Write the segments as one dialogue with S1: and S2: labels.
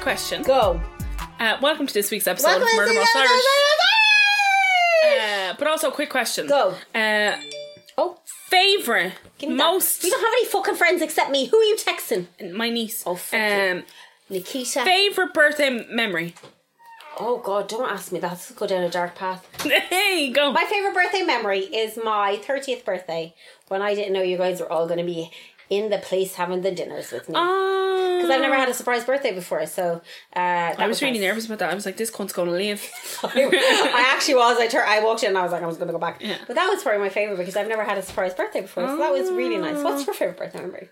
S1: question.
S2: Go.
S1: Uh, welcome to this week's episode
S2: Welcome
S1: of
S2: to
S1: Murder
S2: the-
S1: Most Irish. Uh, but also, quick question.
S2: Go.
S1: Uh,
S2: Oh,
S1: favorite,
S2: give me that.
S1: most,
S2: You don't have any fucking friends except me. Who are you texting?
S1: my niece.
S2: Oh, fuck
S1: um,
S2: Nikita.
S1: favorite birthday memory.
S2: oh God, don't ask me that. Go down a dark path.
S1: hey, go.
S2: My favorite birthday memory is my thirtieth birthday when I didn't know you guys were all going to be in the place having the dinners with me.
S1: Oh,
S2: Because I've never had a surprise birthday before, so uh, that
S1: I was really
S2: nice.
S1: nervous about that. I was like, this cunt's gonna leave.
S2: I actually was. I tur- I walked in and I was like, I was going to go back.
S1: Yeah.
S2: But that was probably my favorite because I've never had a surprise birthday before, so that was really nice. What's your favorite birthday memory?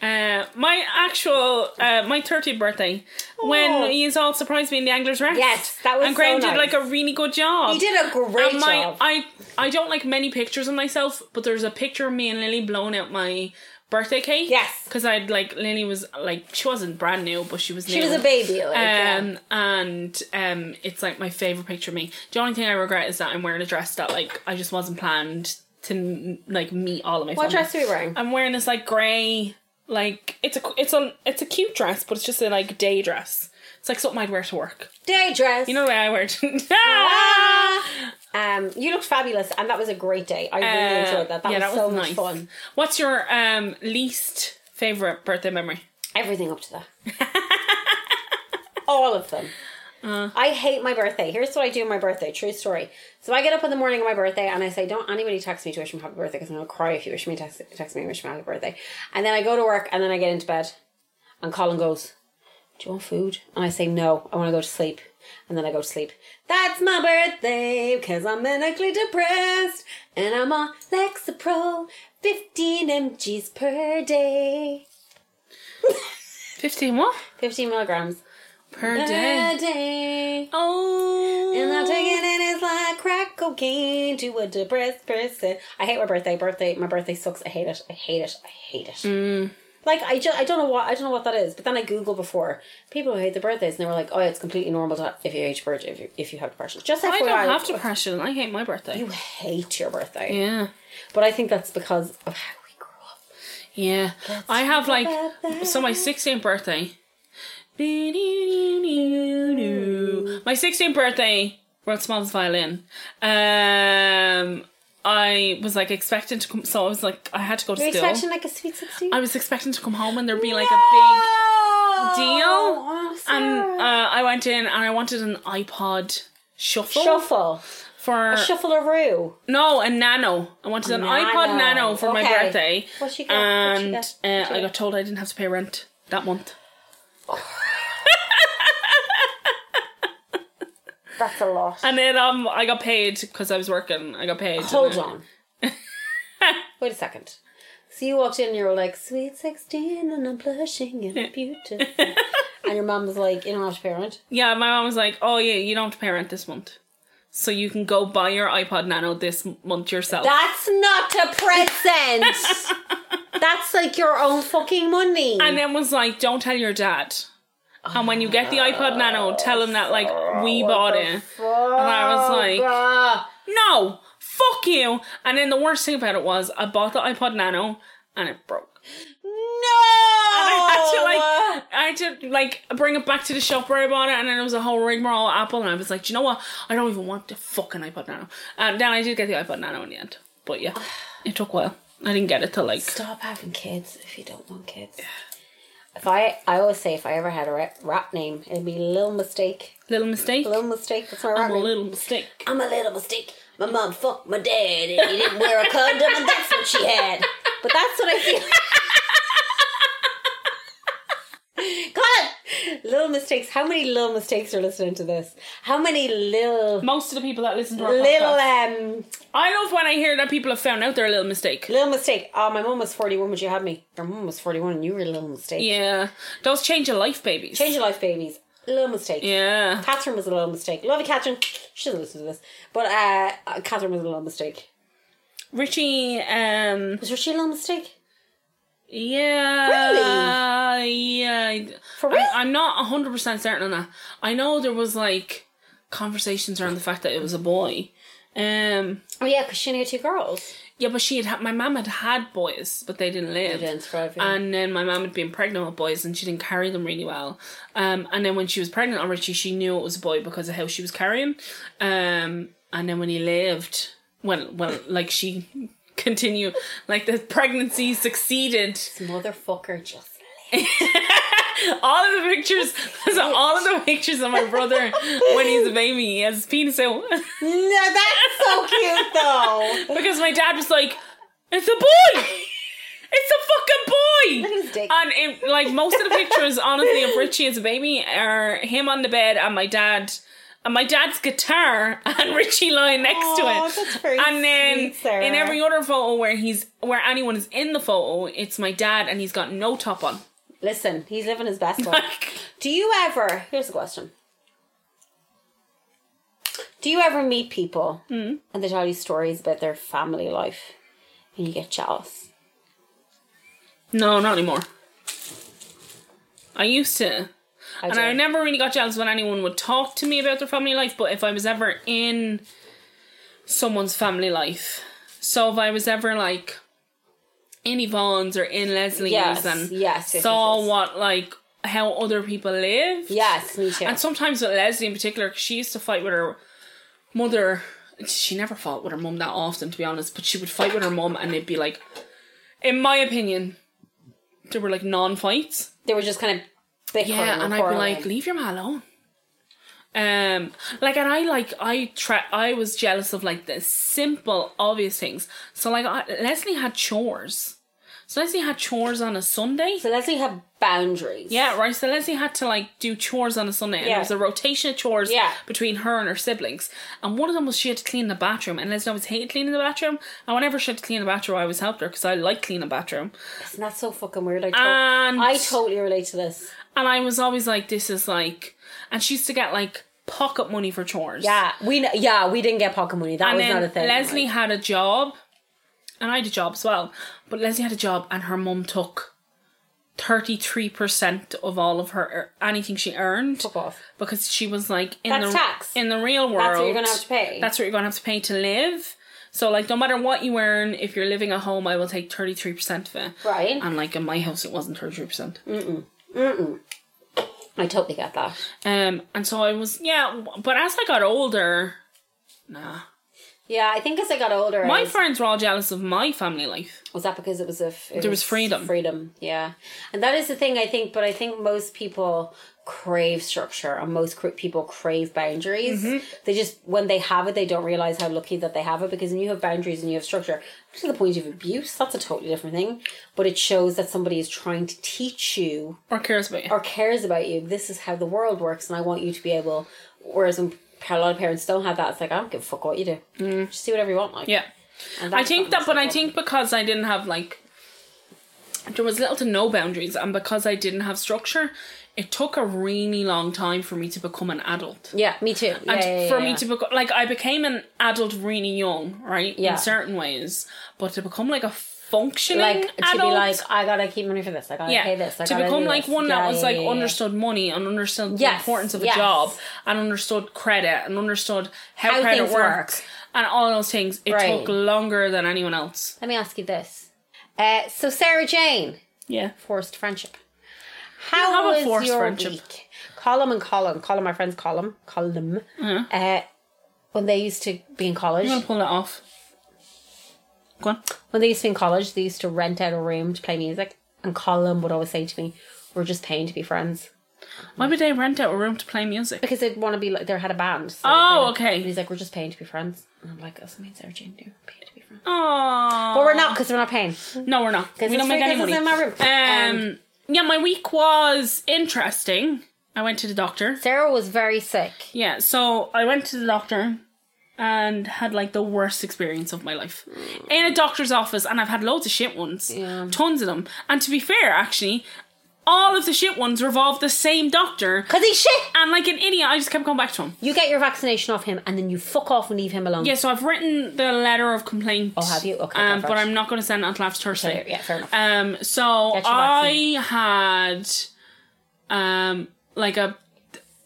S1: Uh, my actual, uh, my 30th birthday, when
S2: Oh.
S1: he is all surprised me in the Angler's Rest.
S2: Yes, that was
S1: And
S2: so
S1: Graham did
S2: nice.
S1: like a really good job.
S2: You did a great
S1: and my,
S2: job.
S1: I, I don't like many pictures of myself, but there's a picture of me and Lily blowing out my birthday cake.
S2: Yes.
S1: Because I'd like, Lily was like, she wasn't brand new, but she was new.
S2: she was a baby. Like, yeah.
S1: Um, and um, it's like my favorite picture of me. The only thing I regret is that I'm wearing a dress that like I just wasn't planned to like meet all of my.
S2: What
S1: family.
S2: dress were you wearing?
S1: I'm wearing this like grey, like it's a it's a it's a cute dress, but it's just a like day dress. It's like something I'd wear to work.
S2: Day dress.
S1: You know the way I wear it.
S2: Um, you looked fabulous, and that was a great day. I really
S1: Uh,
S2: enjoyed that. That
S1: yeah,
S2: was so much fun.
S1: What's your um least favorite birthday memory?
S2: Everything up to that. All of them. I hate my birthday. Here's what I do on my birthday. True story. So I get up in the morning on my birthday and I say, "Don't anybody text me to wish me happy birthday because I'm gonna cry if you wish me text, text me and wish me happy birthday." And then I go to work and then I get into bed, and Colin goes, "Do you want food?" And I say, "No, I want to go to sleep." And then I go to sleep. That's my birthday because I'm manically depressed and I'm on Lexapro, 15 mgs per day,
S1: Fifteen what
S2: 15 milligrams
S1: per
S2: per
S1: day?
S2: day.
S1: Oh,
S2: And I'm taking it as like crack cocaine to a depressed person. I hate my birthday. Birthday, my birthday sucks. I hate it. I hate it. I hate it.
S1: Mm.
S2: Like I just, I don't know what, I don't know what that is. But then I googled before people who hate their birthdays, and they were like, oh, it's completely normal to, if you hate your birthday, if you, if you have depression. Just
S1: I
S2: FYI,
S1: don't have depression. I hate my birthday.
S2: You hate your birthday,
S1: Yeah.
S2: but I think that's because of how we grew up.
S1: Yeah. I have like
S2: about
S1: so my 16th birthday. My 16th birthday wrote Small's violin. Um I was like expecting to come so I was like I had to go to
S2: You're
S1: school.
S2: expecting like a sweet sixteen.
S1: I was expecting to come home and there'd be like a big deal. and uh, I went in and I wanted an iPod shuffle,
S2: shuffle,
S1: for
S2: shuffle a roo.
S1: no a nano. I wanted an iPod nano for my
S2: Okay.
S1: birthday.
S2: What you got? What you
S1: and
S2: got?
S1: uh,
S2: What you
S1: I got told I didn't have to pay rent that month.
S2: That's a lot.
S1: And then um, I got paid because I was working. I got paid. and
S2: Hold
S1: then-
S2: on. Wait a second. So you walked in and you were like, sweet 16 and I'm blushing and I'm beautiful. and your mum was like, you don't have to pay rent.
S1: Yeah, my mom was like, "Oh yeah, you don't have to pay rent this month, so you can go buy your iPod Nano this m- month yourself."
S2: That's not a present. That's like your own fucking money.
S1: and then was like, "Don't tell your dad." And when you get the iPod Nano, tell him that like we bought it. And I was like,
S2: Ah.
S1: "No, fuck you!" And then the worst thing about it was, I bought the iPod Nano and it broke. I had to like, I had to like bring it back to the shop where I bought it, and then it was a whole rigmarole at Apple, and I was like, Do you know what? I don't even want the fucking iPod Nano. And then I did get the iPod Nano in the end, but yeah, it took a while. I didn't get it till like
S2: Stop having kids if you don't want kids. If I, I always say if I ever had a rap, rap name, it'd be Little Mistake.
S1: little mistake.
S2: Little Mistake. That's my rap
S1: I'm a
S2: name.
S1: little mistake.
S2: I'm a little mistake. My mom fucked my dad and he didn't wear a condom and that's what she had. But that's what I feel. Colin! Little mistakes. How many little mistakes are listening to this? How many little
S1: Most of the people that listen to our
S2: little
S1: podcast,
S2: um
S1: I love when I hear that people have found out they're a little mistake.
S2: little mistake? Oh my mum was forty one when she had me. Your mum was forty one and you were a little mistake.
S1: Yeah, those change your life, babies.
S2: Change your life, babies. Little mistake.
S1: Yeah,
S2: Catherine was a little mistake. Love you, Catherine. She doesn't listen to this. But uh Catherine was a little mistake.
S1: Richie. Um,
S2: Was she a little mistake?
S1: Yeah. Yeah.
S2: For real?
S1: I, am not 100% certain on that. I know there was like conversations around the fact that it was a boy. Um
S2: Oh yeah, because she knew two girls.
S1: Yeah, but she had had, my mum had had boys, but they didn't live.
S2: They didn't survive, yeah.
S1: And then my mum had been pregnant with boys, and she didn't carry them really well. Um, and then when she was pregnant on Richie, she knew it was a boy because of how she was carrying. Um, and then when he lived, well, well, like she continued, like the pregnancy succeeded.
S2: Motherfucker just
S1: All of the pictures, so all of the pictures of my brother when he's a baby, he has his penis out.
S2: No, that's so cute though.
S1: Because my dad was like, "It's a boy, it's a fucking boy."
S2: Look at his dick.
S1: And it, like most of the pictures, honestly, of Richie as a baby are him on the bed and my dad, and my dad's guitar and Richie lying next
S2: Aw,
S1: to it.
S2: that's very
S1: and then
S2: sweet, Sarah.
S1: in every other photo where he's where anyone is in the photo, it's my dad and he's got no top on.
S2: Listen, he's living his best life.
S1: Like
S2: Do you ever? Here's a question. Do you ever meet people
S1: Hmm?
S2: and they tell you stories about their family life and you get jealous?
S1: no, not anymore. I used to.
S2: I
S1: and
S2: do.
S1: I never really got jealous when anyone would talk to me about their family life, but if I was ever in someone's family life, so if I was ever like in Yvonne's or in Leslie's
S2: Yes,
S1: and
S2: yes, yes,
S1: saw
S2: yes, yes.
S1: what like how other people live,
S2: Yes, me too.
S1: and sometimes with Leslie in particular, 'cause she used to fight with her mother. She never fought with her mum that often, to be honest, but she would fight with her mum, and it'd be like, in my opinion, there were like non fights.
S2: they were just kind of bickering.
S1: Yeah, and I'd be
S2: quarreling.
S1: like, leave your man alone. Um, like, and I like, I try, I was jealous of like the simple, obvious things. So, like, I, Leslie had chores. So Leslie had chores on a Sunday.
S2: So Leslie had boundaries.
S1: Yeah, right. So Leslie had to like do chores on a Sunday, and
S2: Yeah.
S1: there was a rotation of chores
S2: Yeah.
S1: between her and her siblings. And one of them was she had to clean the bathroom, and Leslie always hated cleaning the bathroom. And whenever she had to clean the bathroom, I always helped her because I like cleaning the bathroom.
S2: Isn't that so fucking weird? I, to-
S1: And-
S2: I totally relate to this.
S1: And I was always like, this is like, and she used to get like pocket money for chores.
S2: Yeah, we kn- yeah we didn't get pocket money. That
S1: And
S2: was
S1: then
S2: not a thing.
S1: Leslie had a job, and I had a job as well. But Leslie had a job, and her mum took thirty three percent of all of her er, anything she earned
S2: Fuck off.
S1: because she was like in
S2: That's
S1: the
S2: tax.
S1: in the real world.
S2: what you're gonna have to pay.
S1: That's what you're gonna have to pay to live. So like, no matter what you earn, if you're living at home, I will take thirty three percent of it.
S2: Right.
S1: And like in my house, it wasn't thirty three percent.
S2: I totally get that.
S1: Um, and so I was yeah, but as I got older, nah.
S2: Yeah, I think as I got older, I
S1: My
S2: was,
S1: friends were all jealous of my family life.
S2: was that because it was a f- it
S1: There was freedom.
S2: freedom. Yeah, and that is the thing I think. But I think most people crave structure, and most cr- people crave boundaries.
S1: Mm-hmm.
S2: They just when they have it, they don't realize how lucky that they have it because when you have boundaries and you have structure, to the point of abuse, that's a totally different thing. But it shows that somebody is trying to teach you
S1: or cares about you.
S2: or cares about you. This is how the world works, and I want you to be able. Whereas when a lot of parents don't have that, it's like I don't give a fuck what you do. Just do whatever you want. Like
S1: Mm. yeah,
S2: And
S1: I
S2: that's
S1: think
S2: what
S1: that, but I
S2: makes it
S1: think because I didn't have like, there was little to no boundaries, and because I didn't have structure, it took a really long time for me to become an adult.
S2: fun. yeah, me too. Yeah,
S1: And
S2: yeah,
S1: for
S2: yeah,
S1: me
S2: yeah.
S1: to become like I became an adult really young, right?
S2: Yeah.
S1: In certain ways, but to become like a functioning
S2: like to
S1: adult,
S2: be like, I gotta keep money for this. I gotta
S1: yeah,
S2: pay this. I
S1: to
S2: gotta
S1: become
S2: do
S1: like
S2: this.
S1: one
S2: Yeah,
S1: that was
S2: yeah,
S1: like
S2: yeah, yeah.
S1: understood money and understood the
S2: Yes,
S1: importance of
S2: yes.
S1: a job and understood credit and understood how,
S2: How
S1: credit
S2: things
S1: works
S2: work.
S1: and all those things. It
S2: Right.
S1: took longer than anyone else.
S2: Let me ask you this. Uh, so Sarah Jane,
S1: Yeah.
S2: forced friendship. How
S1: have a
S2: was
S1: forced
S2: your
S1: friendship.
S2: week? Colum and Colin, Colin, my friends, Colum, Colum.
S1: Mm-hmm.
S2: Uh, when they used to be in college,
S1: I'm gonna pull that off. Go on.
S2: when they used to be in college, they used to rent out a room to play music, and Colin would always say to me, "We're just paying to be friends."
S1: Why would they rent out a room to play music?
S2: because they'd want to be like they had a band. So
S1: Oh,
S2: they-
S1: okay.
S2: And he's like, we're just paying to be friends. And I'm like, that's me and Sarah Jane do paying to be friends.
S1: Oh,
S2: But we're not because we're not paying.
S1: No, we're not. We
S2: it's
S1: don't make
S2: free,
S1: any
S2: 'cause
S1: money.
S2: it's in my room.
S1: Um, yeah, my week was interesting. I went to the doctor.
S2: Sarah was very sick.
S1: Yeah, so I went to the doctor and had like the worst experience of my life in a doctor's office, and I've had loads of shit ones,
S2: Yeah.
S1: tons of them. And to be fair, actually, all of the shit ones revolved the same doctor.
S2: Cause he's shit.
S1: And like an idiot, I just kept going back to him.
S2: You get your vaccination off him, and then you fuck off and leave him alone.
S1: Yeah, so I've written the letter of complaint. Oh,
S2: have you? Okay,
S1: um,
S2: perfect.
S1: but I'm not going to send it until after Thursday.
S2: Okay, yeah, fair enough.
S1: Um, so
S2: your
S1: I had, um, like a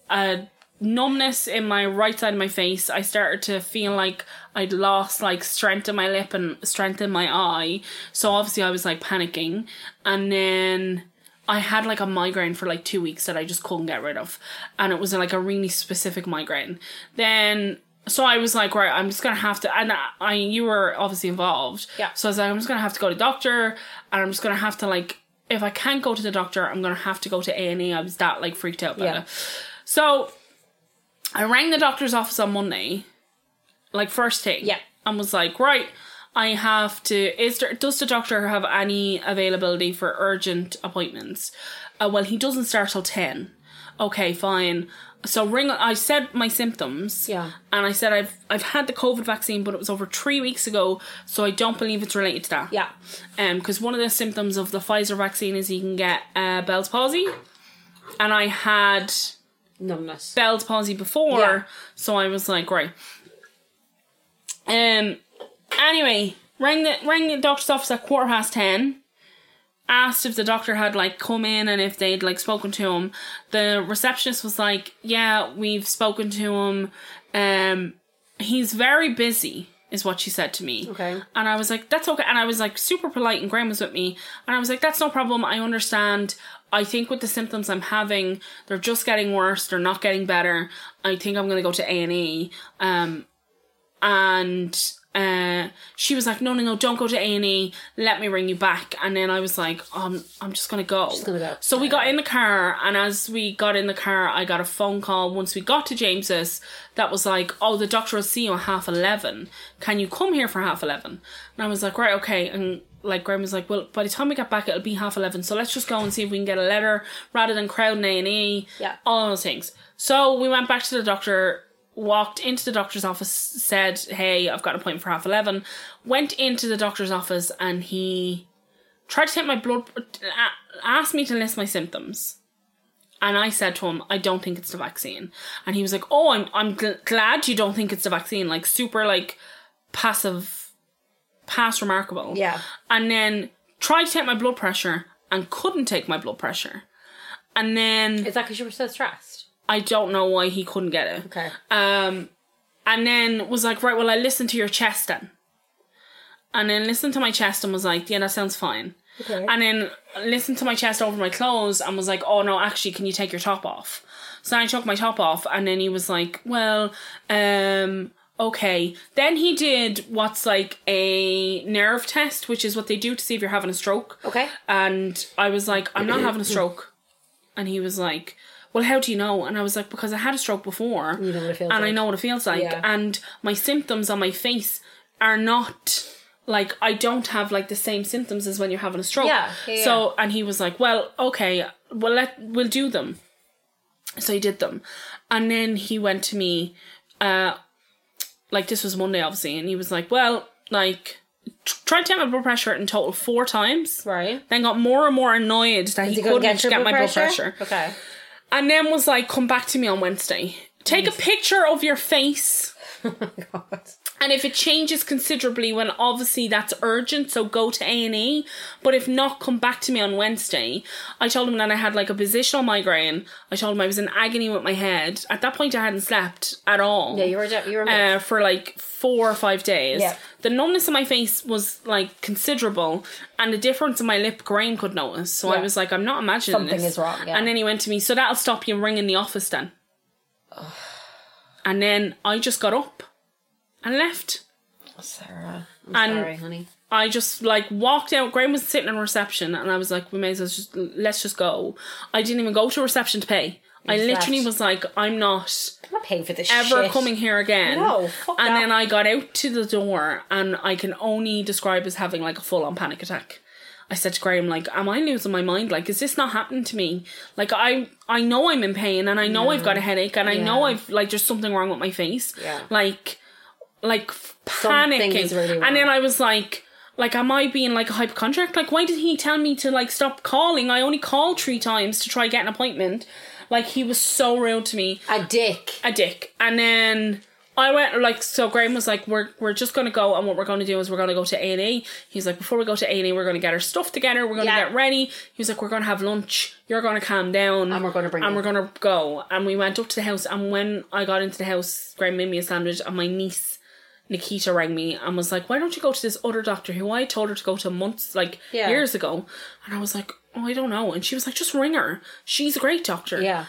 S1: a numbness in my right side of my face. I started to feel like I'd lost like strength in my lip and strength in my eye. So obviously I was like panicking. And then I had like a migraine for like two weeks that I just couldn't get rid of. And it was like a really specific migraine. Then so I was like, right, I'm just gonna have to, and I, I you were obviously involved,
S2: Yeah.
S1: So I was like, I'm just gonna have to go to the doctor, and I'm just gonna have to like, if I can't go to the doctor, I'm gonna have to go to A and E. I was that like freaked out about
S2: Yeah.
S1: it. So I rang the doctor's office on Monday, like first thing.
S2: Yeah.
S1: And was like, right, I have to. Is there does the doctor have any availability for urgent appointments? Uh, well, he doesn't start till ten. Okay, fine. So ring. I said my symptoms.
S2: Yeah.
S1: And I said I've I've had the COVID vaccine, but it was over three weeks ago, so I don't believe it's related to that.
S2: Yeah.
S1: Um, because one of the symptoms of the Pfizer vaccine is you can get uh, Bell's palsy, and I had
S2: Numbness.
S1: Bell's palsy before,
S2: Yeah.
S1: so I was like, right. Um. Anyway, rang the rang the doctor's office at quarter past ten. Asked if the doctor had like come in and if they'd like spoken to him. The receptionist was like, "Yeah, we've spoken to him. Um, he's very busy." Is what she said to me.
S2: Okay.
S1: And I was like, that's okay. And I was like super polite and Graham was with me. And I was like, that's no problem. I understand. I think with the symptoms I'm having, they're just getting worse. They're not getting better. I think I'm going to go to A&E. Um, and uh, she was like, no, no, no, don't go to A&E. Let me ring you back. And then I was like, um, I'm just going to go.
S2: gonna go.
S1: So we got in the car. And as we got in the car, I got a phone call once we got to James's that was like, oh, the doctor will see you at half 11. Can you come here for half 11? And I was like, right, okay. And like Graham was like, well, by the time we get back, it'll be half 11. So let's just go and see if we can get a letter rather than crowding A&E.
S2: Yeah.
S1: All those things. So we went back to the doctor, walked into the doctor's office, said, hey, I've got an appointment for half 11. Went into the doctor's office and he tried to take my blood, a- asked me to list my symptoms. And I said to him, I don't think it's the vaccine. And he was like, Oh, I'm I'm gl- glad you don't think it's the vaccine. Like super like passive, past remarkable.
S2: Yeah.
S1: And then tried to take my blood pressure and couldn't take my blood pressure. And then
S2: Is that because you were so stressed?
S1: I don't know why he couldn't get it.
S2: Okay.
S1: Um, and then was like, right, well, I listened to your chest then. And then listened to my chest and was like, yeah, that sounds fine.
S2: Okay.
S1: And then listened to my chest over my clothes and was like, oh no, actually, can you take your top off? So I took my top off and then he was like, well, um, okay. Then he did what's like a nerve test, which is what they do to see if you're having a stroke.
S2: Okay.
S1: And I was like, I'm not having a stroke. And he was like, Well, how do you know? And I was like, Because I had a stroke before.
S2: You know what it feels
S1: and I
S2: like.
S1: know what it feels like.
S2: Yeah.
S1: And my symptoms on my face are not like I don't have like the same symptoms as when you're having a stroke.
S2: Yeah, yeah,
S1: So and he was like, Well, okay, well let we'll do them. So he did them. And then he went to me, uh like this was Monday obviously, and he was like, Well, like tr- tried to take my blood pressure in total four times
S2: Right.
S1: then got more and more annoyed that he
S2: You couldn't
S1: couldn't
S2: get
S1: get,
S2: your blood
S1: my blood
S2: pressure?
S1: pressure.
S2: Okay.
S1: And then was like, come back to me on Wednesday. Take a picture of your face.
S2: Oh God.
S1: And if it changes considerably, when obviously that's urgent, so go to A and E. But if not, come back to me on Wednesday. I told him that I had like a positional migraine. I told him I was in agony with my head. At that point, I hadn't slept at all.
S2: Yeah, you were you were
S1: uh, for like four or five days.
S2: Yeah.
S1: The numbness in my face was like considerable, and the difference in my lip, Graham could notice. So I
S2: Yeah.
S1: was like, I'm not imagining
S2: Something
S1: this.
S2: is wrong, yeah.
S1: And then he went to me, so that'll stop you ringing the office then. and then I just got up and left.
S2: Sarah. I'm
S1: And-
S2: sorry, honey.
S1: I just like walked out. Graham was sitting in reception, and I was like, "We may as well just let's just go." I didn't even go to reception to pay. I
S2: just
S1: literally
S2: left.
S1: was like, "I'm not."
S2: I'm not paying for this
S1: ever
S2: shit.
S1: coming here again.
S2: No, fuck
S1: and
S2: that.
S1: then I got out to the door, and I can only describe as having like a full on panic attack. I said to Graham, like, am I losing my mind? Like, is this not happening to me? Like, I I know I'm in pain, and I know I've got a headache, and I know
S2: Yeah.
S1: I've like there's something wrong with my face.
S2: Yeah.
S1: Like, like f-
S2: Something
S1: panicking,
S2: is really wrong.
S1: and then I was like. Like, am I being like a hypochondriac? Like, why did he tell me to like stop calling? I only called three times to try get an appointment. Like, he was so rude to me
S2: A dick.
S1: a dick. And then I went like so. Graham was like, "We're we're just gonna go, and what we're gonna do is we're gonna go to A and E." He's like, "Before we go to A and E, we're gonna get our stuff together. We're gonna
S2: Yeah.
S1: get ready." He was like, "We're gonna have lunch. You're gonna calm down,
S2: And we're gonna bring
S1: and
S2: you."
S1: we're gonna go." And we went up to the house, and when I got into the house, Graham made me a sandwich, and my niece Nikita rang me and was like, "Why don't you go to this other doctor who I told her to go to months, like
S2: Yeah.
S1: years ago?" And I was like, "Oh, I don't know." And she was like, "Just ring her. She's a great doctor."
S2: Yeah.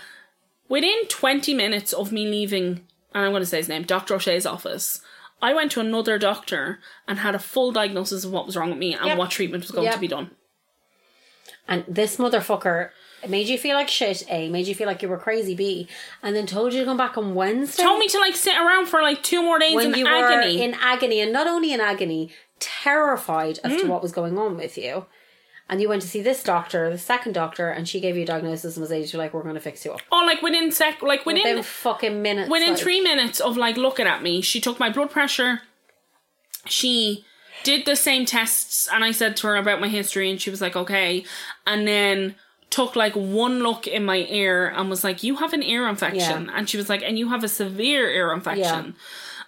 S1: Within 20 minutes of me leaving, and I'm going to say his name, Dr. O'Shea's office, I went to another doctor and had a full diagnosis of what was wrong with me and
S2: Yep.
S1: what treatment was going
S2: Yep.
S1: to be done.
S2: And this motherfucker made you feel like shit, A, made you feel like you were crazy, B, and then told you to come back on Wednesday.
S1: Told me to like sit around for like two more days
S2: when
S1: in
S2: you
S1: agony.
S2: were in agony, and not only in agony, terrified as
S1: Mm.
S2: to what was going on with you. And you went to see this doctor, the second doctor, and she gave you a diagnosis and was able to like, we're going to fix you up.
S1: oh, like within sec, like within
S2: Within fucking minutes.
S1: within
S2: like-
S1: three minutes of like looking at me, she took my blood pressure. She did the same tests, and I said to her about my history, and she was like, "Okay," and then took like one look in my ear and was like, "You have an ear infection,"
S2: Yeah.
S1: and she was like, "And you have a severe ear infection,"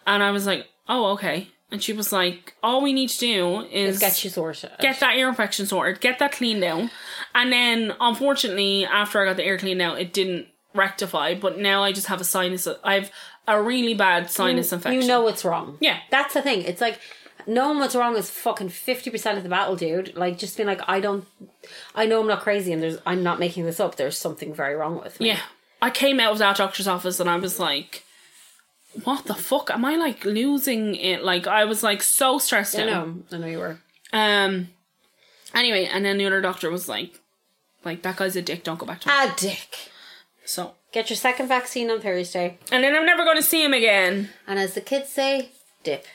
S1: and I was like, "Oh, okay." And she was like, "All we need to do is
S2: Get you sorted.
S1: get that ear infection sorted, get that cleaned out. And then, unfortunately, after I got the ear cleaned out, it didn't rectify. But now I just have a sinus. I have a really bad sinus infection.
S2: You know what's wrong.
S1: Yeah.
S2: That's the thing. It's like knowing what's wrong is fucking fifty percent of the battle, dude. Like just being like, I don't I know I'm not crazy and there's I'm not making this up. There's something very wrong with me.
S1: Yeah. I came out of that doctor's office and I was like, what the fuck? Am I like losing it? Like, I was like so stressed out.
S2: I know. I know you were.
S1: Um, anyway, and then the other doctor was like, like, that guy's a dick, don't go back to him.
S2: A dick.
S1: So,
S2: Get your second vaccine on Thursday.
S1: and then I'm never going to see him again.
S2: And as the kids say, dip.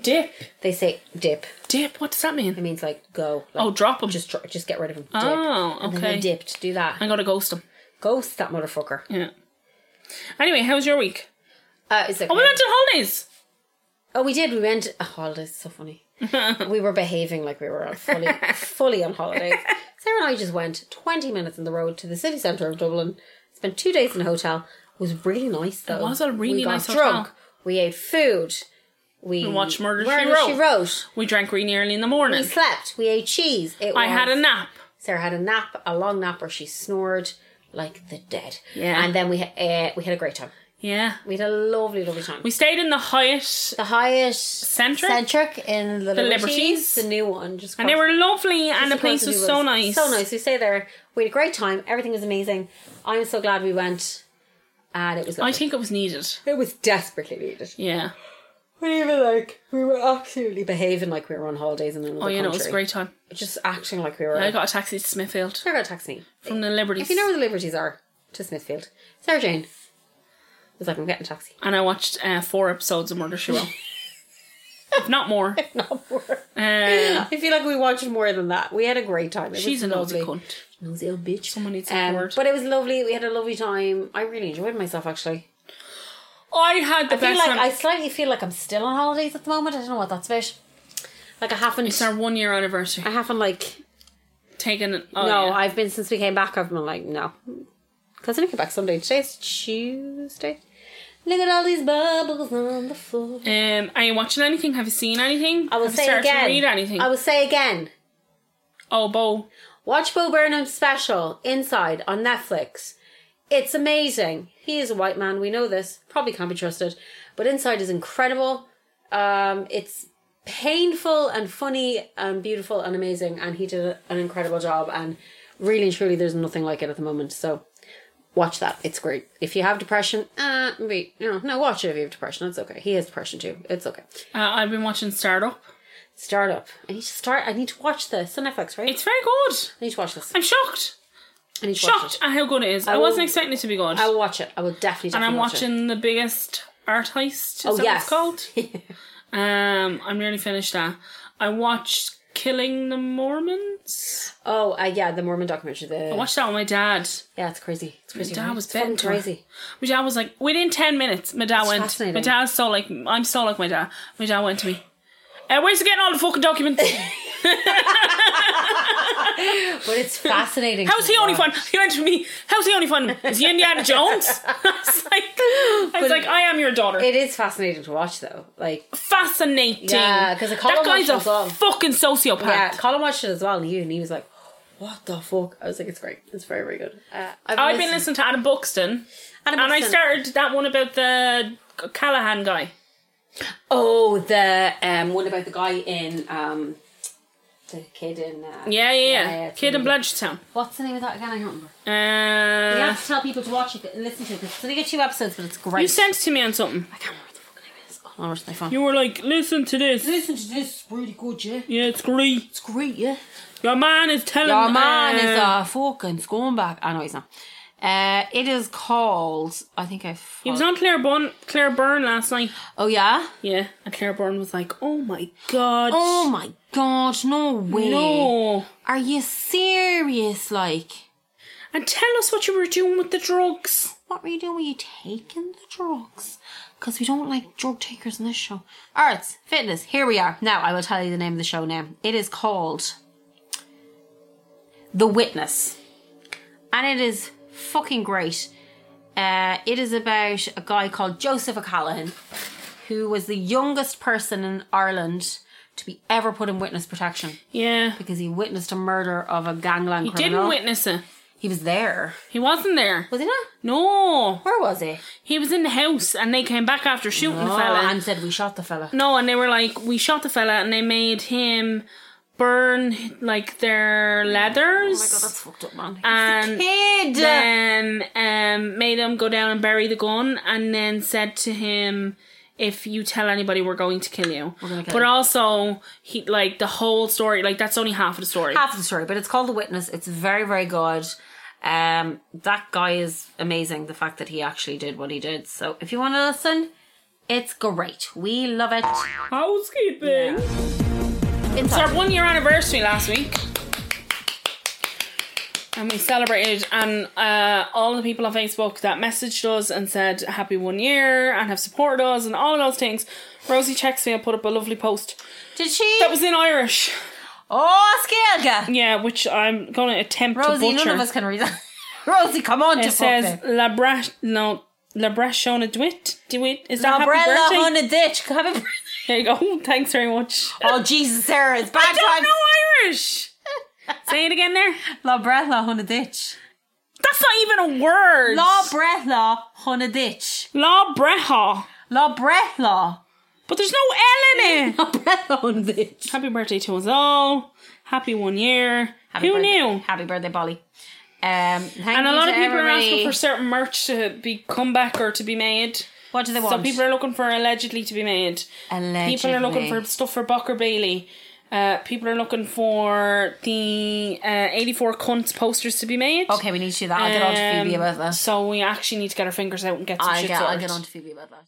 S1: Dip.
S2: They say dip.
S1: Dip, what does that
S2: It
S1: mean?
S2: means like go. Like,
S1: Oh, drop him.
S2: just dro- just get rid of him. Dip.
S1: Oh,
S2: And then
S1: okay.
S2: they dipped. Do that.
S1: I'm going to ghost him.
S2: Ghost that motherfucker.
S1: Yeah. Anyway, how was your week?
S2: Uh, is it?
S1: Oh, we went to holidays.
S2: Oh, we did. We went. Oh, holidays, so funny. we were behaving like we were on fully, fully on holidays. Sarah and I just went 20 minutes on the road to the city centre of Dublin. Spent two days in a hotel. It was really nice though. It
S1: was a really
S2: we got
S1: nice hotel.
S2: drunk. We ate food. We,
S1: watched Murder, She
S2: Murder,
S1: Wrote.
S2: Wrote.
S1: We drank really early in the
S2: We
S1: morning.
S2: slept. We ate cheese. It
S1: I had a
S2: was-
S1: nap.
S2: Sarah had a nap, a long nap where she snored like the dead.
S1: Yeah.
S2: And then we ha- uh, we had a great time.
S1: Yeah.
S2: We had a lovely, lovely time.
S1: We stayed in the Hyatt
S2: the Hyatt centric, in the, Liberties,
S1: Liberties.
S2: the new one. Just
S1: and they were lovely and the place
S2: across new
S1: was
S2: one.
S1: so nice.
S2: so nice. We stay there. We had a great time. Everything was amazing. I'm so glad we went, and it was.
S1: I
S2: Lovely.
S1: think it was needed.
S2: it was desperately needed.
S1: Yeah.
S2: We were like, we were absolutely behaving like we were on holidays in another
S1: Oh, you know, it was a
S2: country.
S1: great time.
S2: Just acting like we were.
S1: I got a taxi to Smithfield
S2: Sarah got a taxi.
S1: from the Liberties.
S2: If you know where the Liberties are, to Smithfield. Sarah Jane was like, I'm getting a taxi.
S1: and I watched uh, four episodes of Murder, She Wrote. If not more.
S2: Not more.
S1: Uh,
S2: I feel like we watched more than that. We had a great time. It was
S1: she's a nosy
S2: lovely.
S1: cunt.
S2: Nosy old bitch.
S1: Someone needs a
S2: Um,
S1: word.
S2: but it was lovely. We had a lovely time. I really enjoyed myself actually.
S1: I had the
S2: I feel
S1: best
S2: like
S1: time.
S2: I slightly feel like I'm still on holidays at the moment. I don't know what that's about. Like I haven't.
S1: It's our one year anniversary.
S2: I haven't like.
S1: Taken. Oh,
S2: no,
S1: yeah.
S2: I've been since we came back. I've been like no. Cause I didn't get back Sunday. Today's Tuesday. Look at all these bubbles on the floor.
S1: Um, are you watching anything? Have you seen anything?
S2: I will
S1: Have you
S2: say
S1: started
S2: again.
S1: To read anything?
S2: I will say again.
S1: oh, Bo.
S2: Watch Bo Burnham's special Inside on Netflix. It's amazing. He is a white man. We know this. Probably can't be trusted, but Inside is incredible. Um, it's painful and funny and beautiful and amazing, and he did an incredible job. And really and truly, there's nothing like it at the moment. So watch that. It's great. If you have depression, uh, maybe no, no, watch it if you have depression. It's okay. He has depression too. It's okay.
S1: Uh, I've been watching Startup.
S2: Start up. I need to start. I need to watch this on Netflix, right?
S1: It's very good.
S2: I need to watch this.
S1: I'm shocked.
S2: I need to watch
S1: Shocked
S2: it.
S1: at how good it is. I,
S2: will-
S1: wasn't expecting it to be good.
S2: I will watch it. I will definitely.
S1: and
S2: definitely
S1: I'm
S2: watch It.
S1: watching the biggest art heist. Is that
S2: Oh, yes.
S1: what it's called? um, I'm nearly finished that. I watched Killing the Mormons.
S2: Oh, uh, yeah, the Mormon documentary. The,
S1: I watched that with my dad.
S2: yeah, it's crazy. It's crazy.
S1: dad
S2: right?
S1: was
S2: It's fucking
S1: bent on it.
S2: crazy.
S1: My dad was like, within 10 minutes, my dad went.
S2: fascinating.
S1: My dad's so like, I'm so like my dad. My dad went to me, uh, Where's he getting all the fucking documents?
S2: But it's fascinating.
S1: How's
S2: to
S1: he only
S2: watch.
S1: fun? He went to me. How's he only fun? Is he Indiana Jones? I was like, I was
S2: But-
S1: like, I am your daughter.
S2: It is fascinating to watch, though. Like,
S1: Fascinating.
S2: Yeah, 'cause the
S1: that
S2: column
S1: guy's a
S2: was on.
S1: fucking sociopath.
S2: yeah, Colin watched it as well, and you, and he was like, "What the fuck?" I was like, "It's great. It's very, very good." Uh,
S1: I've been listening to Adam Buxton,
S2: Adam
S1: and I
S2: Buxton.
S1: started that one about the Callahan guy.
S2: Oh, the um one about the guy in um the kid in uh,
S1: Yeah, yeah, yeah.
S2: yeah, it's
S1: Kid in
S2: really
S1: Blanchetown.
S2: What's the name of that again? I can't remember. you
S1: Uh,
S2: have to tell people to watch it and listen to it. 'cause It's only got two episodes, but it's great.
S1: you sent it to me on something.
S2: I can't remember what the fucking name it is. Oh, where's my phone?
S1: You were like, listen to this.
S2: listen to this. It's really good, yeah. Um,
S1: Yeah, it's great.
S2: It's great, yeah.
S1: Your man is telling.
S2: Your man
S1: uh,
S2: is a fucking scumbag. I know Ah, he's not. Uh, it is called. I think I.
S1: He was on Claire Bun Claire Byrne last night.
S2: Oh yeah.
S1: Yeah, and Claire Byrne was like, "Oh my god,
S2: Oh my god! No way.
S1: no!"
S2: Are you serious? Like,
S1: And tell us what you were doing with the drugs.
S2: what were you doing? Were you taking the drugs? Because we don't like drug takers in this show. Arts, fitness. Here we are. Now I will tell you the name of the show. Now it is called The Witness, and it is fucking great. Uh, it is about a guy called Joseph O'Callaghan, who was the youngest person in Ireland to be ever put in witness protection
S1: Yeah,
S2: because he witnessed a murder of a gangland
S1: he
S2: criminal.
S1: didn't witness it.
S2: He was there.
S1: He wasn't there.
S2: Was he not?
S1: No,
S2: Where was he?
S1: he was in the house, and they came back after shooting the
S2: Oh,
S1: fella.
S2: and said we shot the fella.
S1: no, and they were like, "We shot the fella, and they made him burn like their leathers."
S2: Oh fucked up, man.
S1: And
S2: kid.
S1: then um, made him go down and bury the gun, and then said to him, "If you tell anybody, we're going to kill you."
S2: gonna kill
S1: but
S2: you.
S1: also, he like the whole story. Like that's only half of the story.
S2: Half of the story, but it's called The Witness. It's very, very good. Um, that guy is amazing. The fact that he actually did what he did. So if you want to listen, it's great. We love it.
S1: Housekeeping.
S2: It's
S1: It's our one year anniversary last week. And we celebrated, and uh, all the people on Facebook that messaged us and said happy one year and have supported us and all of those things. Rosie checks me and put up a lovely post
S2: Did she?
S1: that was in Irish.
S2: oh, Skelga.
S1: Yeah, which I'm going to attempt
S2: Rosie,
S1: to butcher.
S2: none of us can read that. Rosie, come on. to
S1: it
S2: fuck
S1: says
S2: it.
S1: La Brash, no, La Brashona Dewitt. Dewitt, is that
S2: Umbrella
S1: happy birthday?
S2: on a ditch. Happy birthday.
S1: There you go. Thanks very much.
S2: Oh Jesus, Sarah, it's bad
S1: I
S2: times.
S1: don't know Irish. Say it again there.
S2: La Bretla on a ditch.
S1: That's not even a word.
S2: La Bretla on a ditch.
S1: La Breha.
S2: La Bretla.
S1: But there's no L in it.
S2: La Bretla on a ditch.
S1: Happy birthday to us all. Happy one year.
S2: Happy
S1: Who
S2: birthday.
S1: knew?
S2: Happy birthday, Bolly. Um, thank
S1: And a
S2: you
S1: lot
S2: to
S1: of people are
S2: everybody.
S1: asking for certain merch to be come back or to be made.
S2: What do they want?
S1: Some people are looking for allegedly to be made.
S2: Allegedly.
S1: People are looking for stuff for Bocker Bailey. Uh, people are looking for the uh, 84 cunts posters to be made.
S2: Okay, we need to do that. I'll get on to Phoebe
S1: Um,
S2: about that.
S1: So we actually need to get our fingers out and get some
S2: I'll
S1: shit
S2: get, I'll
S1: sorted.
S2: get on to Phoebe about that.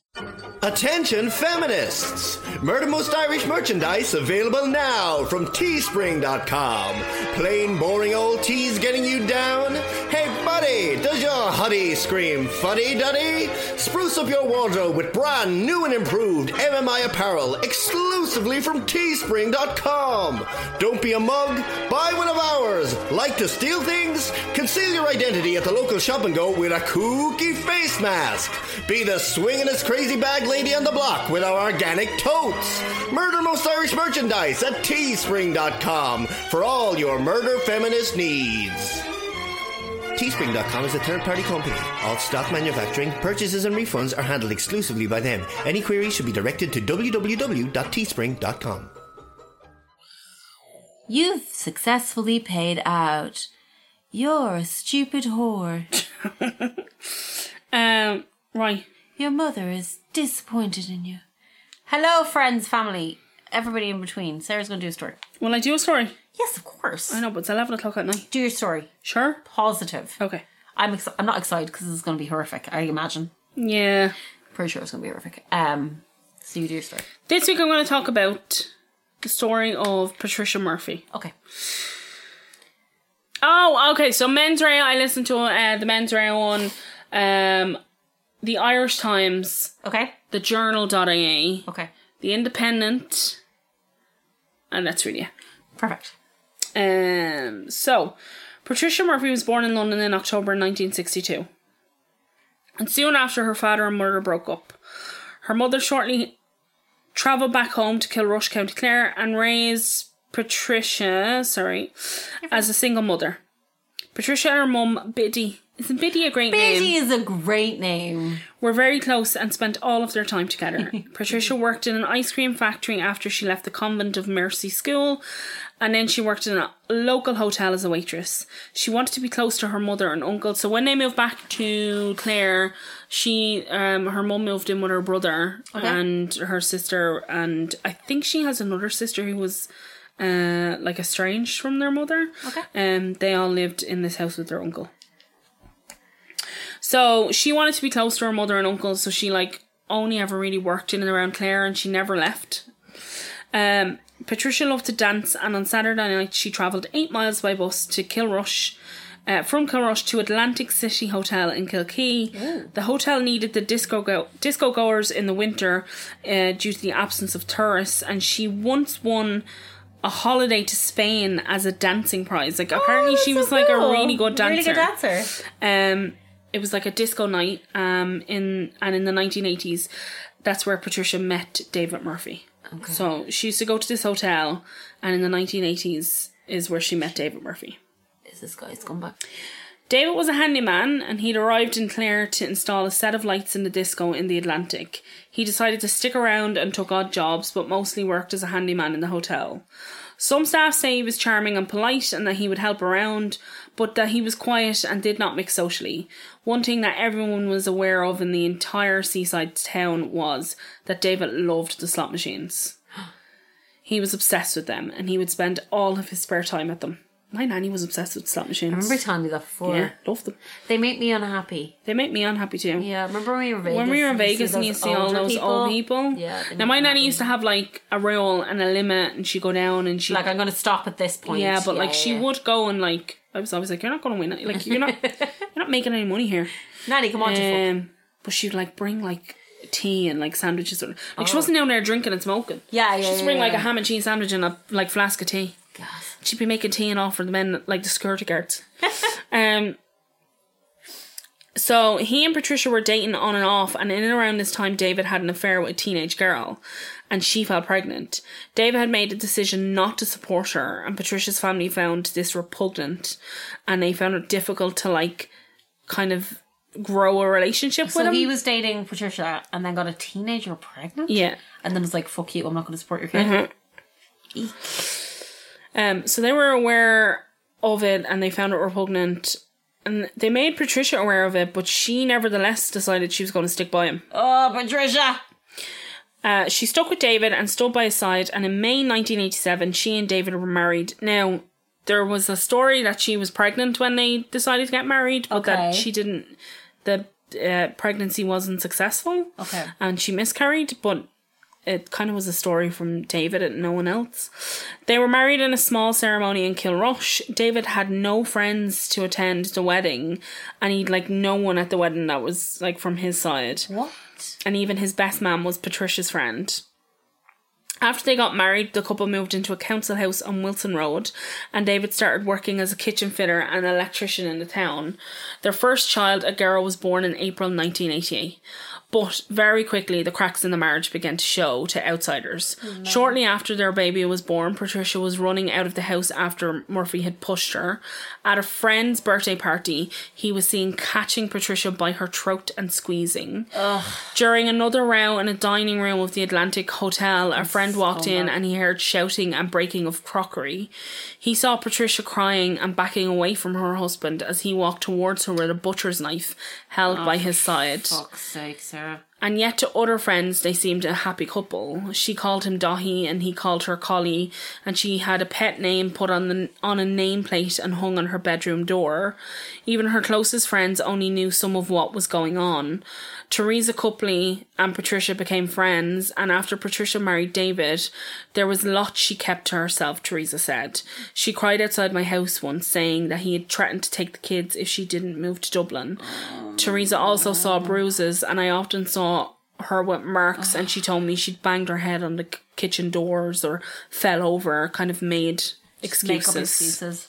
S3: Attention feminists! Murder Most Irish merchandise available now from teespring.com. Plain boring old teas getting you down? Hey buddy, does your huddy scream fuddy duddy? Spruce up your wardrobe with brand new and improved MMI apparel exclusively from teespring.com. Don't be a mug, buy one of ours. Like to steal things? Conceal your identity at the local shop and go with a kooky face mask. Be the swingin'est crazy bag lady on the block with our organic totes. Murder Most Irish merchandise at teespring.com for all your murder feminist needs. Teespring.com is a third party company. All stock manufacturing, purchases, and refunds are handled exclusively by them. Any queries should be directed to www.teespring.com.
S2: You've successfully paid out. You're a stupid whore.
S1: Um, right.
S2: Your mother is disappointed in you. Hello, friends, family, everybody in between. Sarah's going to do a story.
S1: Will I do a story?
S2: Yes, of course.
S1: I know, but it's 11 o'clock at night.
S2: Do your story.
S1: Sure.
S2: Positive.
S1: Okay.
S2: I'm ex- I'm not excited because this is going to be horrific. I imagine.
S1: Yeah.
S2: Pretty sure it's going to be horrific. Um, so you do your story.
S1: This week I'm going to talk about the story of Patricia Murphy.
S2: Okay.
S1: Oh, okay. So Men's Rail, I listened to uh, the Men's Rail one, um, the Irish Times,
S2: Okay.
S1: the Journal.ie,
S2: Okay.
S1: the Independent, and that's really it.
S2: Perfect.
S1: Um, Um, so, Patricia Murphy was born in London in October 1962. And soon after, her father and mother broke up. Her mother shortly travelled back home to Kilrush, County Clare, and raised Patricia, sorry, as a single mother. Patricia and her mum, Biddy, isn't Biddy a great name?
S4: Biddy is a great name.
S1: were very close and spent all of their time together. Patricia worked in an ice cream factory after she left the convent of Mercy School, and then she worked in a local hotel as a waitress. She wanted to be close to her mother and uncle, so when they moved back to Clare, she um her mum moved in with her brother and her sister, and I think she has another sister who was uh like estranged from their mother.
S4: Okay.
S1: Um they all lived in this house with their uncle. So she wanted to be close to her mother and uncle, so she like only ever really worked in and around Clare and she never left. Um, Patricia loved to dance, and on Saturday night she travelled eight miles by bus to Kilrush. Uh, from Kilrush to Atlantic City Hotel in Kilkee. The hotel needed the disco go- disco goers in the winter uh, due to the absence of tourists, and she once won a holiday to Spain as a dancing prize.
S4: Oh,
S1: Like apparently she was like a really good dancer.
S4: Really good dancer.
S1: Um, it was like a disco night. Um, in and in the nineteen eighties, that's where Patricia met David Murphy. So she used to go to this hotel, and in the nineteen eighties is where she met David Murphy.
S4: Is this guy's come back?
S1: David was a handyman and he'd arrived in Clare to install a set of lights in the disco in the Atlantic. He decided to stick around and took odd jobs, but mostly worked as a handyman in the hotel. Some staff say he was charming and polite and that he would help around, but that he was quiet and did not mix socially. One thing that everyone was aware of in the entire seaside town was that David loved the slot machines. He was obsessed with them and he would spend all of his spare time at them. My nanny was obsessed with slot machines.
S4: Remember telling me that before?
S1: Yeah, love them.
S4: They make me unhappy.
S1: They make me unhappy too.
S4: Yeah, remember when we were in Vegas?
S1: When we were in
S4: and you see
S1: Vegas and you
S4: those
S1: see all
S4: older
S1: those old people.
S4: Yeah. they
S1: Now
S4: make
S1: my
S4: me
S1: nanny
S4: happy.
S1: used to have like a roll and a limit, and she'd go down and she.
S4: Like, I'm going to stop at this point.
S1: yeah, but like she
S4: yeah.
S1: would go and like I was always like, you're not going to win it. Like you're not, you're not making any money here.
S4: Nanny, come on, just fuck.
S1: Um, but she'd like bring like tea and like sandwiches. Or, like she wasn't down there drinking and smoking.
S4: Oh. Yeah, yeah.
S1: She'd just
S4: yeah,
S1: bring
S4: yeah.
S1: like a ham and cheese sandwich and a like flask of tea. She'd be making tea and all for the men, like the security guards. um. So he and Patricia were dating on and off, and in and around this time, David had an affair with a teenage girl, and she fell pregnant. David had made a decision not to support her, and Patricia's family found this repugnant, and they found it difficult to like, kind of grow a relationship with
S4: So
S1: him.
S4: he was dating Patricia and then got a teenager pregnant?
S1: yeah. Mm-hmm.
S4: And then was like, fuck you, I'm not going to support your kid.
S1: Um, so they were aware of it and they found it repugnant. And they made Patricia aware of it, but she nevertheless decided she was going to stick by him.
S4: Oh, Patricia!
S1: Uh, she stuck with David and stood by his side, and in May 1987, she and David were married. Now, there was a story that she was pregnant when they decided to get married, but that
S4: Okay.
S1: she didn't, the uh, pregnancy wasn't successful.
S4: Okay.
S1: and she miscarried, but it kind of was a story from David and no one else. They were married in a small ceremony in Kilrush. David had no friends to attend the wedding, and he'd like no one at the wedding that was like from his side.
S4: What?
S1: And even his best man was Patricia's friend. After they got married, the couple moved into a council house on Wilson Road, and David started working as a kitchen fitter and electrician in the town. Their first child, a girl, was born in April 1988. But very quickly, the cracks in the marriage began to show to outsiders. Shortly after their baby was born, Patricia was running out of the house after Murphy had pushed her. At a friend's birthday party, he was seen catching Patricia by her throat and squeezing. During another row in a dining room of the Atlantic Hotel, a friend walked in and he heard shouting and breaking of crockery. He saw Patricia crying and backing away from her husband as he walked towards her with a butcher's knife held
S2: Oh,
S1: by his side.
S4: Fuck's sake, Sarah.
S1: And yet, to other friends, they seemed a happy couple. She called him Dahi, and he called her Collie, and she had a pet name put on the on a nameplate and hung on her bedroom door. Even her closest friends only knew some of what was going on. Teresa Copley and Patricia became friends, and after Patricia married David, there was a lot she kept to herself. Teresa said she cried outside my house once, saying that he had threatened to take the kids if she didn't move to Dublin. Teresa also saw bruises, and I often saw her with marks, and she told me she'd banged her head on the k- kitchen doors or fell over, kind of made
S4: Make up
S1: excuses.
S4: excuses.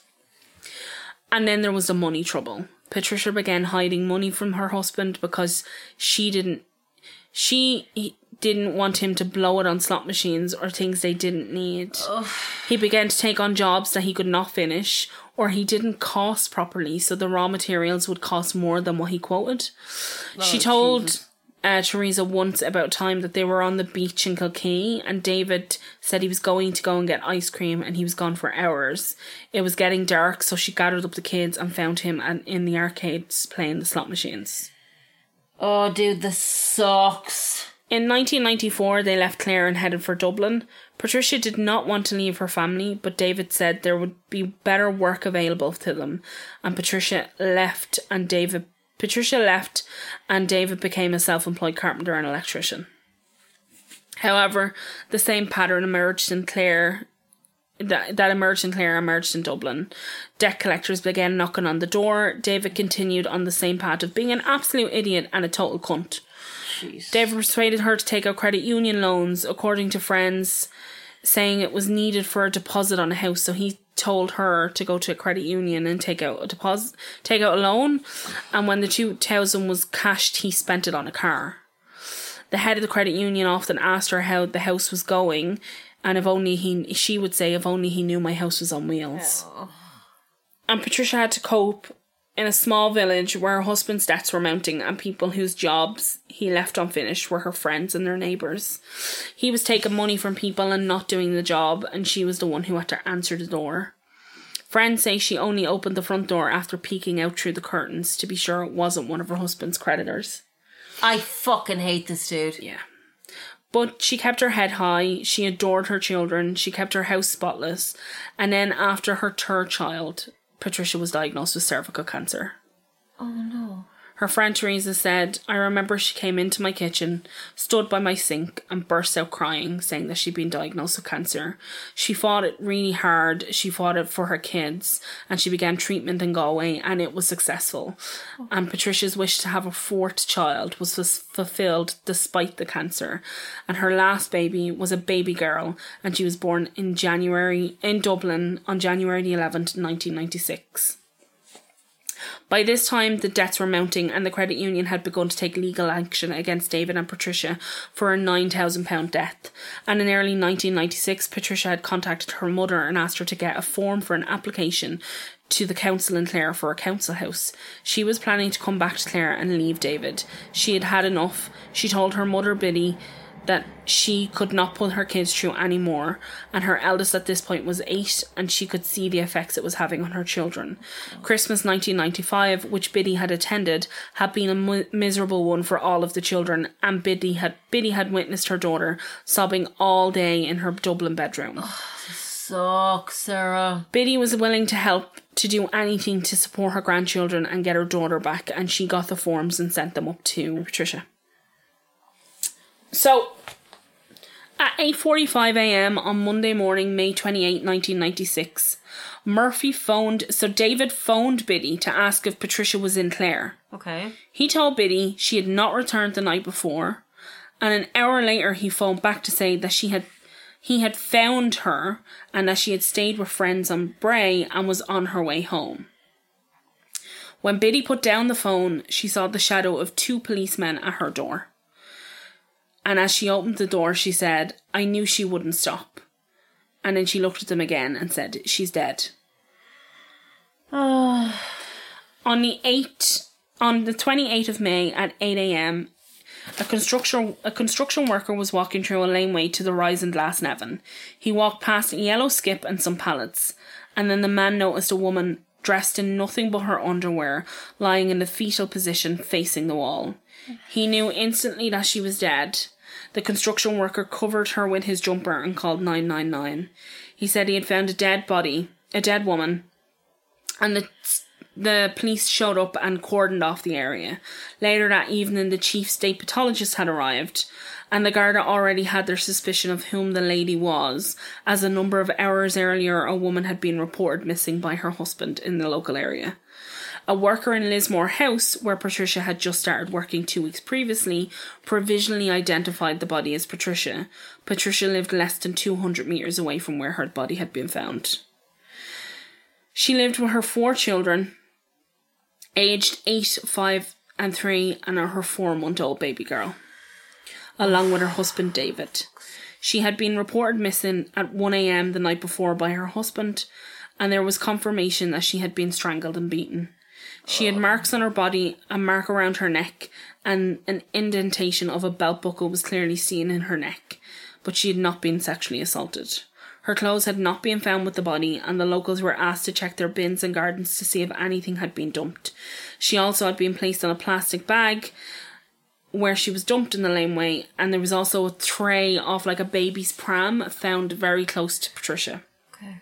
S1: And then there was the money trouble. Patricia began hiding money from her husband because she didn't she he- didn't want him to blow it on slot machines or things they didn't need. He began to take on jobs that he could not finish or he didn't cost properly, so the raw materials would cost more than what he quoted. she told uh, Teresa once about time that they were on the beach in Kilkee and David said he was going to go and get ice cream and he was gone for hours. It was getting dark, so she gathered up the kids and found him and in the arcades playing the slot machines.
S4: Oh, dude, this sucks.
S1: In 1994, they left Clare and headed for Dublin. Patricia did not want to leave her family, but David said there would be better work available to them, and Patricia left and David Patricia left and David became a self-employed carpenter and electrician. However, the same pattern emerged in Clare that, that emerged in Clare emerged in Dublin. Debt collectors began knocking on the door. David continued on the same path of being an absolute idiot and a total cunt. David persuaded her to take out credit union loans, according to friends, saying it was needed for a deposit on a house. So he told her to go to a credit union and take out a deposit, take out a loan. And when the two thousand was cashed, he spent it on a car. The head of the credit union often asked her how the house was going, and if only he, she would say, if only he knew my house was on wheels. And Patricia had to cope in a small village where her husband's debts were mounting and people whose jobs he left unfinished were her friends and their neighbours. He was taking money from people and not doing the job, and she was the one who had to answer the door. Friends say she only opened the front door after peeking out through the curtains to be sure it wasn't one of her husband's creditors.
S4: I fucking hate this dude.
S1: Yeah. But she kept her head high, she adored her children, she kept her house spotless, and then after her third child, Patricia was diagnosed with cervical cancer.
S4: Oh no.
S1: Her friend Teresa said, I remember she came into my kitchen, stood by my sink, and burst out crying, saying that she'd been diagnosed with cancer. She fought it really hard, she fought it for her kids, and she began treatment in Galway, and it was successful. And Patricia's wish to have a fourth child was fus- fulfilled despite the cancer. And her last baby was a baby girl, and she was born in January, in Dublin, on January the 11th, 1996. By this time, the debts were mounting, and the credit union had begun to take legal action against David and Patricia for a £9,000 debt. And in early 1996, Patricia had contacted her mother and asked her to get a form for an application to the council in Clare for a council house. She was planning to come back to Clare and leave David. She had had enough. She told her mother, Biddy, that she could not put her kids through anymore, and her eldest at this point was eight, and she could see the effects it was having on her children. Christmas 1995, which Biddy had attended, had been a mi- miserable one for all of the children, and Biddy had Biddy had witnessed her daughter sobbing all day in her Dublin bedroom.
S4: Sucks, Sarah.
S1: Biddy was willing to help to do anything to support her grandchildren and get her daughter back, and she got the forms and sent them up to Patricia. So, at 8:45 a.m. on Monday morning, May 28, 1996, Murphy phoned. So David phoned Biddy to ask if Patricia was in Clare.
S4: Okay.
S1: He told Biddy she had not returned the night before, and an hour later he phoned back to say that she had he had found her and that she had stayed with friends on Bray and was on her way home. When Biddy put down the phone, she saw the shadow of two policemen at her door. And as she opened the door, she said, I knew she wouldn't stop. And then she looked at them again and said, She's dead. on the 8th on the 28th of May at 8 a.m. A construction a construction worker was walking through a laneway to the rise in Glasnevin. He walked past a yellow skip and some pallets, and then the man noticed a woman dressed in nothing but her underwear lying in the fetal position facing the wall. He knew instantly that she was dead. The construction worker covered her with his jumper and called 999. He said he had found a dead body, a dead woman, and the the police showed up and cordoned off the area. Later that evening, the chief state pathologist had arrived, and the Garda already had their suspicion of whom the lady was, as a number of hours earlier, a woman had been reported missing by her husband in the local area. A worker in Lismore House, where Patricia had just started working two weeks previously, provisionally identified the body as Patricia. Patricia lived less than 200 metres away from where her body had been found. She lived with her four children, aged eight, five, and three, and her four month old baby girl, along with her husband David. She had been reported missing at 1 a.m. the night before by her husband, and there was confirmation that she had been strangled and beaten. She had marks on her body, a mark around her neck, and an indentation of a belt buckle was clearly seen in her neck, but she had not been sexually assaulted. Her clothes had not been found with the body, and the locals were asked to check their bins and gardens to see if anything had been dumped. She also had been placed on a plastic bag where she was dumped in the laneway, and there was also a tray of like a baby's pram found very close to Patricia.
S4: Okay.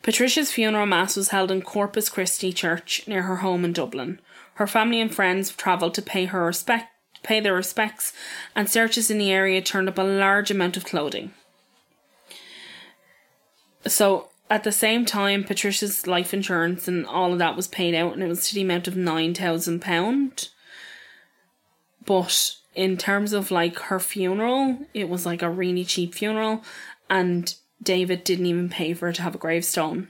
S1: Patricia's funeral mass was held in Corpus Christi Church near her home in Dublin. Her family and friends travelled to pay her respect, pay their respects, and searches in the area turned up a large amount of clothing. So at the same time, Patricia's life insurance and all of that was paid out, and it was to the amount of nine thousand pound. But in terms of like her funeral, it was like a really cheap funeral, and David didn't even pay for her to have a gravestone,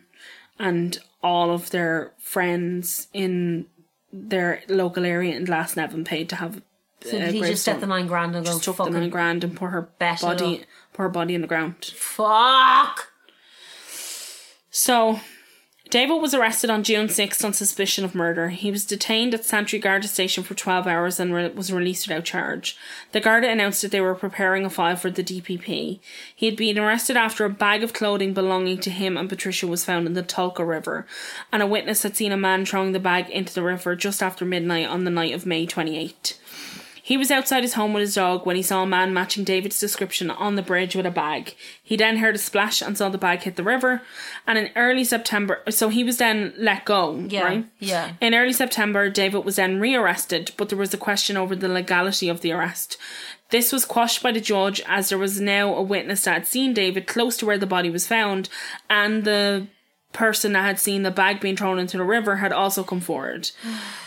S1: and all of their friends in their local area in Glasnevin paid to have.
S4: So did he just set the nine grand and go
S1: took the
S4: fucking
S1: nine grand and put her
S4: bet it
S1: body,
S4: up.
S1: put her body in the ground.
S4: fuck?
S1: So, David was arrested on June 6th on suspicion of murder. He was detained at Santry Garda station for 12 hours and re- was released without charge. The Garda announced that they were preparing a file for the DPP. He had been arrested after a bag of clothing belonging to him and Patricia was found in the Tulka River, and a witness had seen a man throwing the bag into the river just after midnight on the night of May 28. He was outside his home with his dog when he saw a man matching David's description on the bridge with a bag. He then heard a splash and saw the bag hit the river. And in early September, so he was then let go,
S4: Yeah,
S1: right?
S4: yeah.
S1: In early September, David was then rearrested, but there was a question over the legality of the arrest. This was quashed by the judge as there was now a witness that had seen David close to where the body was found, and the person that had seen the bag being thrown into the river had also come forward.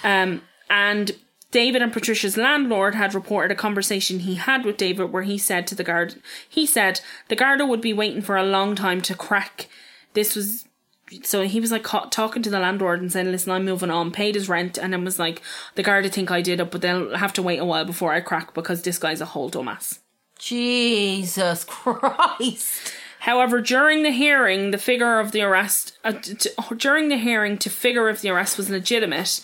S1: Um, and David and Patricia's landlord had reported a conversation he had with David where he said to the guard, he said the Garda would be waiting for a long time to crack. This was so he was like ca- talking to the landlord and saying, "Listen, I'm moving on, paid his rent," and then was like, "The Garda think I did it, but they'll have to wait a while before I crack because this guy's a whole dumbass."
S4: Jesus Christ.
S1: However, during the hearing, the figure of the arrest uh, t- t- during the hearing to figure if the arrest was legitimate,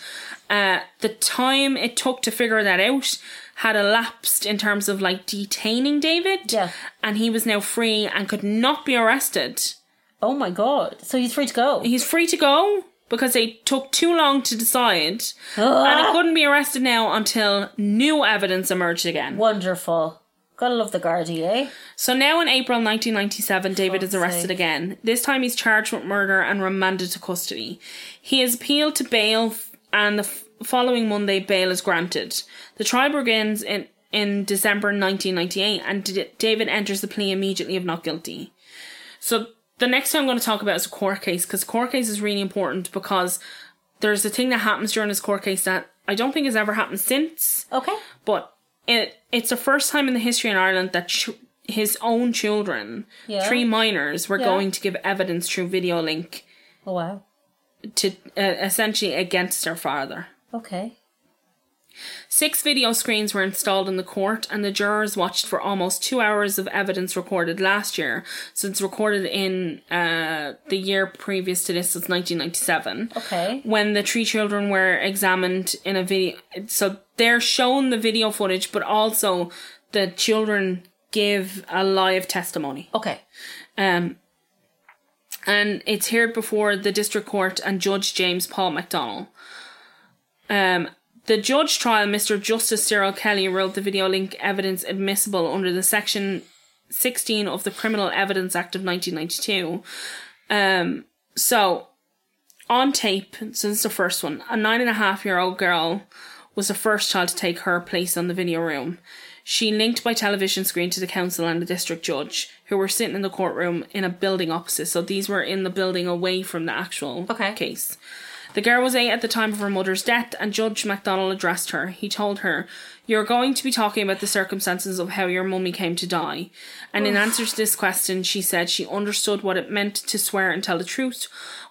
S1: uh, the time it took to figure that out had elapsed in terms of like detaining David,
S4: Yeah.
S1: and he was now free and could not be arrested.
S4: Oh my god. So he's free to go.
S1: He's free to go because they took too long to decide, and he
S4: Ah,
S1: couldn't be arrested now until new evidence emerged again.
S4: Wonderful. Gotta love the Guardi, eh?
S1: So now in April 1997, David is arrested
S4: sake.
S1: again. This time he's charged with murder and remanded to custody. He is appealed to bail, f- and the f- following Monday, bail is granted. The trial begins in, in December 1998, and D- David enters the plea immediately of not guilty. So the next thing I'm going to talk about is a court case, because court case is really important because there's a thing that happens during this court case that I don't think has ever happened since
S4: Okay.
S1: but it it's the first time in the history in Ireland that ch- his own children,
S4: Yeah.
S1: three minors, were
S4: Yeah.
S1: going to give evidence through video link
S4: Oh wow.
S1: to uh, essentially against their father.
S4: Okay.
S1: Six video screens were installed in the court, and the jurors watched for almost two hours of evidence recorded last year. So it's recorded in uh, the year previous to this, it's 1997.
S4: Okay.
S1: when the three children were examined in a video. So they're shown the video footage, but also the children give a live testimony.
S4: Okay.
S1: Um, and it's heard before the district court and Judge James Paul McDonnell. Um, the judge trial, Mr. Justice Cyril Kelly, ruled the video link evidence admissible under the section 16 of the Criminal Evidence Act of 1992. Um, so, on tape, since the first one, a nine and a half year old girl was the first child to take her place on the video room. She linked by television screen to the council and the district judge, who were sitting in the courtroom in a building opposite. So these were in the building away from the actual
S4: Okay.
S1: case. The girl was eight at the time of her mother's death, and Judge MacDonald addressed her. He told her, You're going to be talking about the circumstances of how your mummy came to die. And in answer to this question, she said she understood what it meant to swear and tell the truth,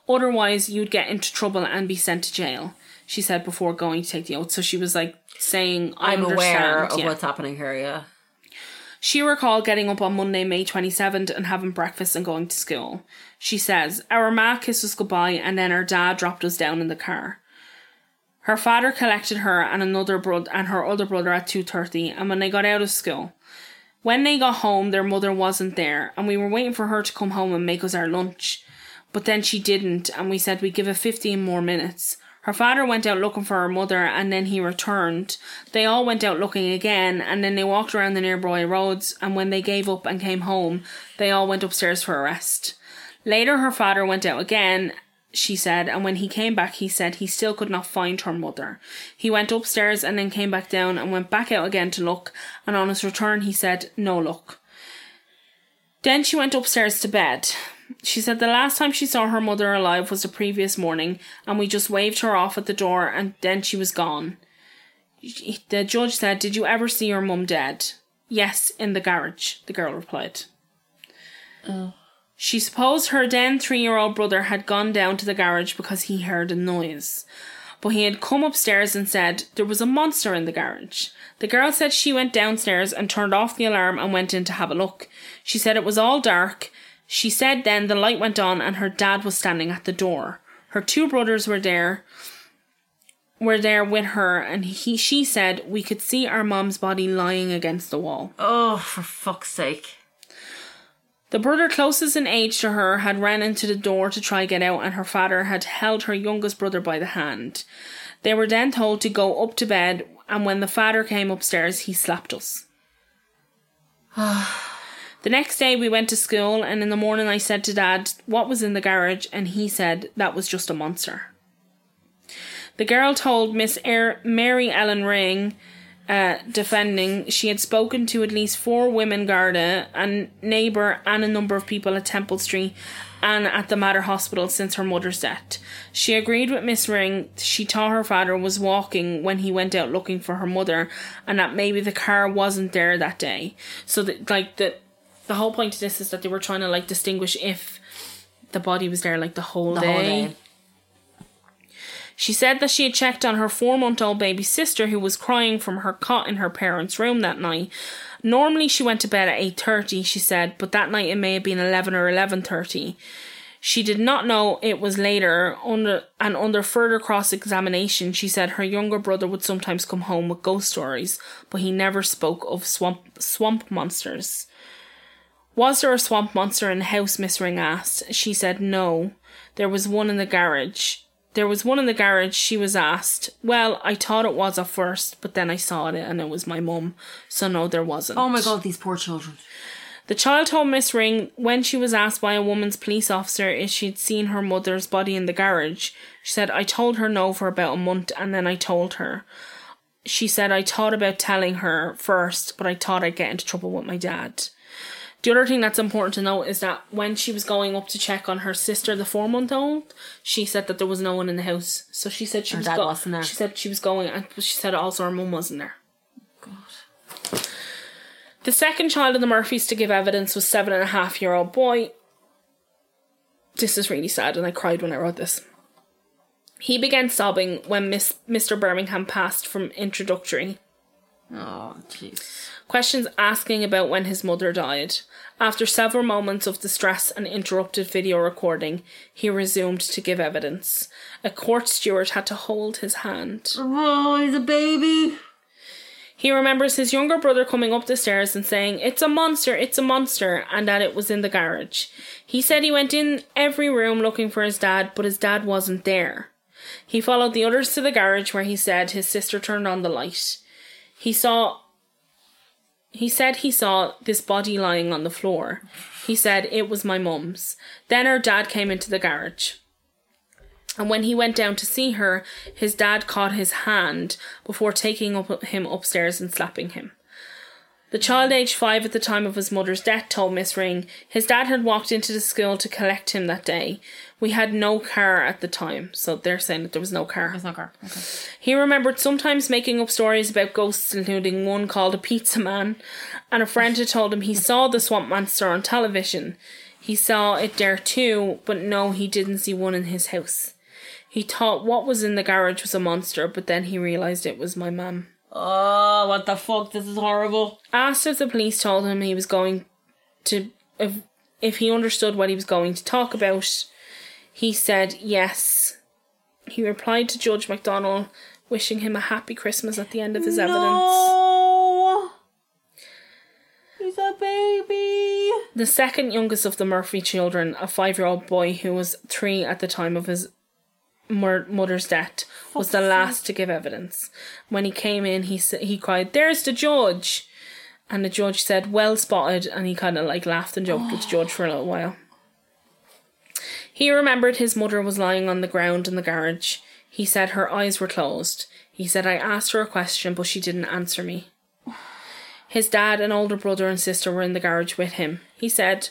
S1: otherwise, you'd get into trouble and be sent to jail. She said before going to take the oath. So she was like saying, I
S4: I'm aware
S1: understand,
S4: of
S1: yeah.
S4: what's happening here, yeah.
S1: She recalled getting up on Monday, May 27th, and having breakfast and going to school. She says, Our ma kissed us goodbye, and then our dad dropped us down in the car. Her father collected her and another brother and her older brother at 2.30, and when they got out of school. When they got home, their mother wasn't there, and we were waiting for her to come home and make us our lunch. But then she didn't, and we said we'd give it 15 more minutes. Her father went out looking for her mother, and then he returned. They all went out looking again, and then they walked around the nearby roads, and when they gave up and came home, they all went upstairs for a rest. Later, her father went out again, she said, and when he came back, he said he still could not find her mother. He went upstairs and then came back down and went back out again to look, and on his return, he said, No luck. Then she went upstairs to bed. She said the last time she saw her mother alive was the previous morning, and we just waved her off at the door, and then she was gone. The judge said, Did you ever see your mum dead? Yes, in the garage, the girl replied. She supposed her then three year old brother had gone down to the garage because he heard a noise. But he had come upstairs and said there was a monster in the garage. The girl said she went downstairs and turned off the alarm and went in to have a look. She said it was all dark. She said then the light went on and her dad was standing at the door. Her two brothers were there were there with her and he she said we could see our mom's body lying against the wall.
S4: Oh, for fuck's sake.
S1: The brother closest in age to her had ran into the door to try get out, and her father had held her youngest brother by the hand. They were then told to go up to bed, and when the father came upstairs, he slapped us. the next day, we went to school, and in the morning, I said to Dad, What was in the garage? And he said, That was just a monster. The girl told Miss Air Mary Ellen Ring uh, defending, she had spoken to at least four women Garda, a neighbour, and a number of people at Temple Street and at the Mater Hospital since her mother's death. She agreed with Miss Ring. She thought her father was walking when he went out looking for her mother, and that maybe the car wasn't there that day. So that like the the whole point of this is that they were trying to like distinguish if the body was there like the whole
S4: The
S1: day.
S4: whole day.
S1: She said that she had checked on her four month old baby sister who was crying from her cot in her parents' room that night. Normally she went to bed at eight thirty, she said, but that night it may have been eleven or eleven thirty. She did not know it was later, under and under further cross examination, she said her younger brother would sometimes come home with ghost stories, but he never spoke of swamp swamp monsters. Was there a swamp monster in the house? Miss Ring asked. She said no. There was one in the garage. There was one in the garage. She was asked. Well, I thought it was at first, but then I saw it and it was my mum. So no, there wasn't.
S4: Oh my god, these poor children.
S1: The child told Miss Ring when she was asked by a woman's police officer if she'd seen her mother's body in the garage. She said, I told her no for about a month and then I told her. She said, I thought about telling her first, but I thought I'd get into trouble with my dad. The other thing that's important to note is that when she was going up to check on her sister, the four month old, she said that there was no one in the house. So she said she was
S4: dad wasn't there.
S1: She said she was going, and she said also her mum wasn't there. The second child of the Murphys to give evidence was seven and a half year old boy. This is really sad, and I cried when I wrote this. He began sobbing when Miss Mr. Birmingham passed from introductory.
S4: Oh, jeez.
S1: Questions asking about when his mother died. After several moments of distress and interrupted video recording, he resumed to give evidence. A court steward had to hold his hand.
S4: Oh, he's a baby.
S1: He remembers his younger brother coming up the stairs and saying, It's a monster, it's a monster, and that it was in the garage. He said he went in every room looking for his dad, but his dad wasn't there. He followed the others to the garage where he said his sister turned on the light. He saw. He said he saw this body lying on the floor. He said it was my mum's. Then her dad came into the garage. And when he went down to see her, his dad caught his hand before taking up him upstairs and slapping him. The child, aged five at the time of his mother's death, told Miss Ring his dad had walked into the school to collect him that day. We had no car at the time, so they're saying that there was no car.
S4: It's not car. Okay.
S1: He remembered sometimes making up stories about ghosts, including one called a pizza man, and a friend had told him he saw the swamp monster on television. He saw it there too, but no, he didn't see one in his house. He thought what was in the garage was a monster, but then he realized it was my mum.
S4: Oh, what the fuck? This is horrible.
S1: Asked if the police told him he was going to if if he understood what he was going to talk about, he said yes. He replied to Judge MacDonald, wishing him a happy Christmas at the end of his evidence.
S4: No. He's a baby.
S1: The second youngest of the Murphy children, a five year old boy who was three at the time of his mur- mother's death, was the last to give evidence. When he came in, he, sa- he cried, There's the judge! And the judge said, Well spotted, and he kind of like laughed and joked with the judge for a little while. He remembered his mother was lying on the ground in the garage. He said her eyes were closed. He said, I asked her a question, but she didn't answer me. His dad and older brother and sister were in the garage with him. He said,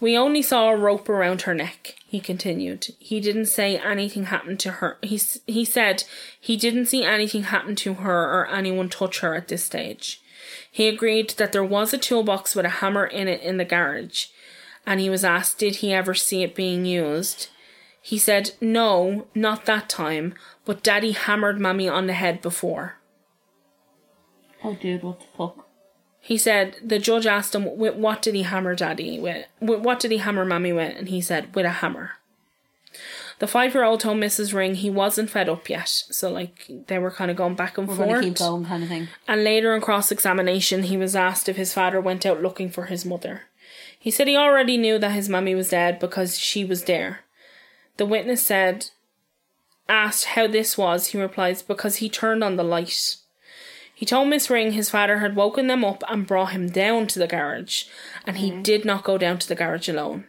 S1: We only saw a rope around her neck, he continued. He didn't say anything happened to her. He, s- he said he didn't see anything happen to her or anyone touch her at this stage. He agreed that there was a toolbox with a hammer in it in the garage, and he was asked, Did he ever see it being used? He said, No, not that time, but Daddy hammered Mummy on the head before.
S4: Oh, dude, what the fuck?
S1: He said the judge asked him, "With what did he hammer Daddy with? with what did he hammer Mammy with?" And he said, "With a hammer." The five-year-old told Mrs. Ring he wasn't fed up yet, so like they were kind of going back and
S4: We're
S1: forth.
S4: gonna keep going, kind of thing.
S1: And later in cross-examination, he was asked if his father went out looking for his mother. He said he already knew that his mummy was dead because she was there. The witness said, asked how this was, he replies, because he turned on the light. He told Miss Ring his father had woken them up and brought him down to the garage, and he did not go down to the garage alone.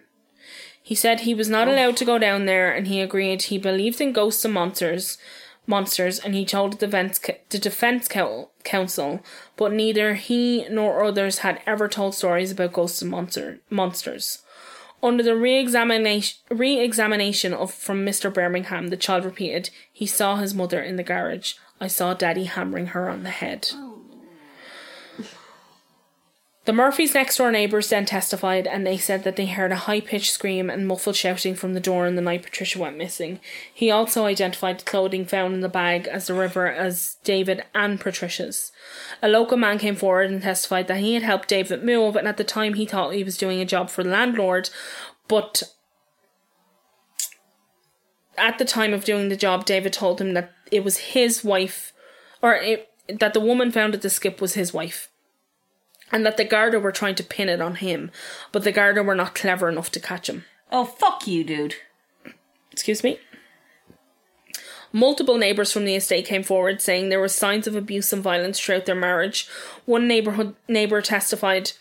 S1: He said he was not allowed to go down there, and he agreed he believed in ghosts and monsters, monsters, and he told the defense, the defense cou- counsel, but neither he nor others had ever told stories about ghosts and monster, monsters. Under the re-examination, re-examination of from Mr. Birmingham, the child repeated, "He saw his mother in the garage. I saw Daddy hammering her on the head." The Murphys' next door neighbours then testified, and they said that they heard a high pitched scream and muffled shouting from the door on the night Patricia went missing. He also identified the clothing found in the bag as the river as David and Patricia's. A local man came forward and testified that he had helped David move, and at the time he thought he was doing a job for the landlord, but at the time of doing the job, David told him that it was his wife, or it, that the woman found at the skip was his wife, and that the Garda were trying to pin it on him, but the Garda were not clever enough to catch him.
S4: Oh, fuck you, dude.
S1: Excuse me? Multiple neighbours from the estate came forward saying there were signs of abuse and violence throughout their marriage. One neighborhood neighbour testified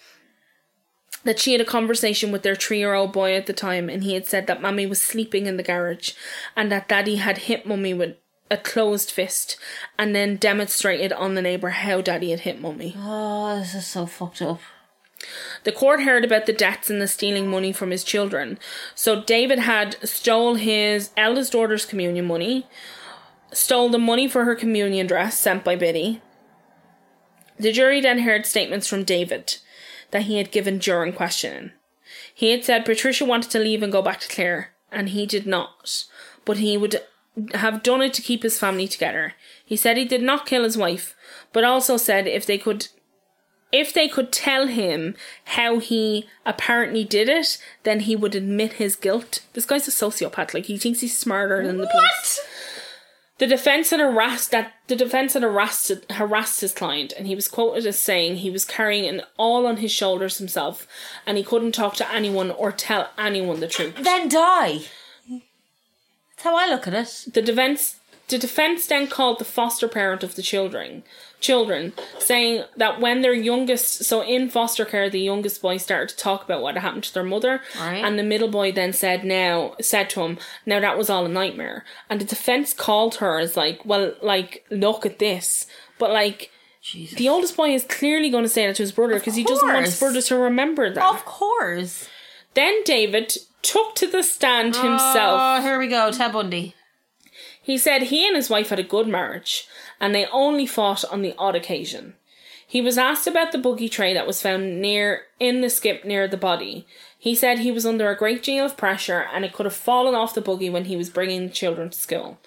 S1: that she had a conversation with their three year old boy at the time and he had said that Mummy was sleeping in the garage and that Daddy had hit Mummy with a closed fist and then demonstrated on the neighbour how Daddy had hit Mummy.
S4: Oh, this is so fucked up.
S1: The court heard about the debts and the stealing money from his children. So David had stole his eldest daughter's communion money, stole the money for her communion dress sent by Biddy. The jury then heard statements from David that he had given during questioning. He had said Patricia wanted to leave and go back to Clare, and he did not, but he would have done it to keep his family together. He said he did not kill his wife, but also said if they could if they could tell him how he apparently did it, then he would admit his guilt. This guy's a sociopath. Like he thinks he's smarter than the police. The defense had harassed that the defense had harassed harassed his client, and he was quoted as saying he was carrying it all on his shoulders himself, and he couldn't talk to anyone or tell anyone the truth.
S4: Then die. That's how I look at it.
S1: The defense the defense then called the foster parent of the children children, saying that when their youngest so in foster care the youngest boy started to talk about what had happened to their mother
S4: Right.
S1: and the middle boy then said now said to him, Now that was all a nightmare and the defense called her as like, Well like look at this but like
S2: Jesus.
S1: The oldest boy is clearly going to say that to his brother because he doesn't want his
S2: course.
S1: brother to remember that.
S2: of course.
S1: Then David took to the stand himself.
S2: Oh, here we go. Ted Bundy.
S1: He said he and his wife had a good marriage and they only fought on the odd occasion. He was asked about the boogie tray that was found near in the skip near the body. He said he was under a great deal of pressure and it could have fallen off the buggy when he was bringing the children to school.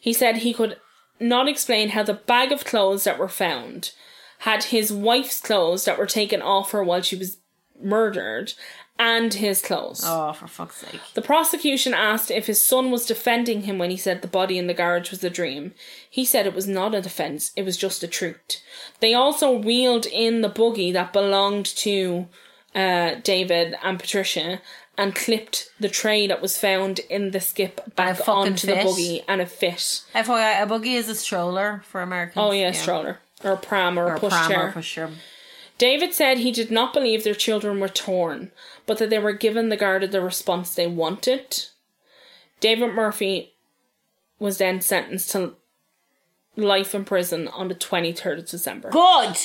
S1: He said he could not explain how the bag of clothes that were found had his wife's clothes that were taken off her while she was murdered and his clothes.
S2: Oh, for fuck's sake.
S1: The prosecution asked if his son was defending him when he said the body in the garage was a dream. He said it was not a defense, it was just the truth. They also wheeled in the buggy that belonged to uh, David and Patricia and clipped the tray that was found in the skip back
S2: fucking
S1: onto the
S2: fit.
S1: buggy and a fit.
S2: FYI, a buggy is a stroller for Americans.
S1: Oh, yeah, stroller. Or a pram or,
S2: Or
S1: a
S2: a
S1: push
S2: pram
S1: chair.
S2: or pushchair.
S1: David said he did not believe their children were torn, but that they were given the guard of the response they wanted. David Murphy was then sentenced to life in prison on the 23rd of December.
S2: Good.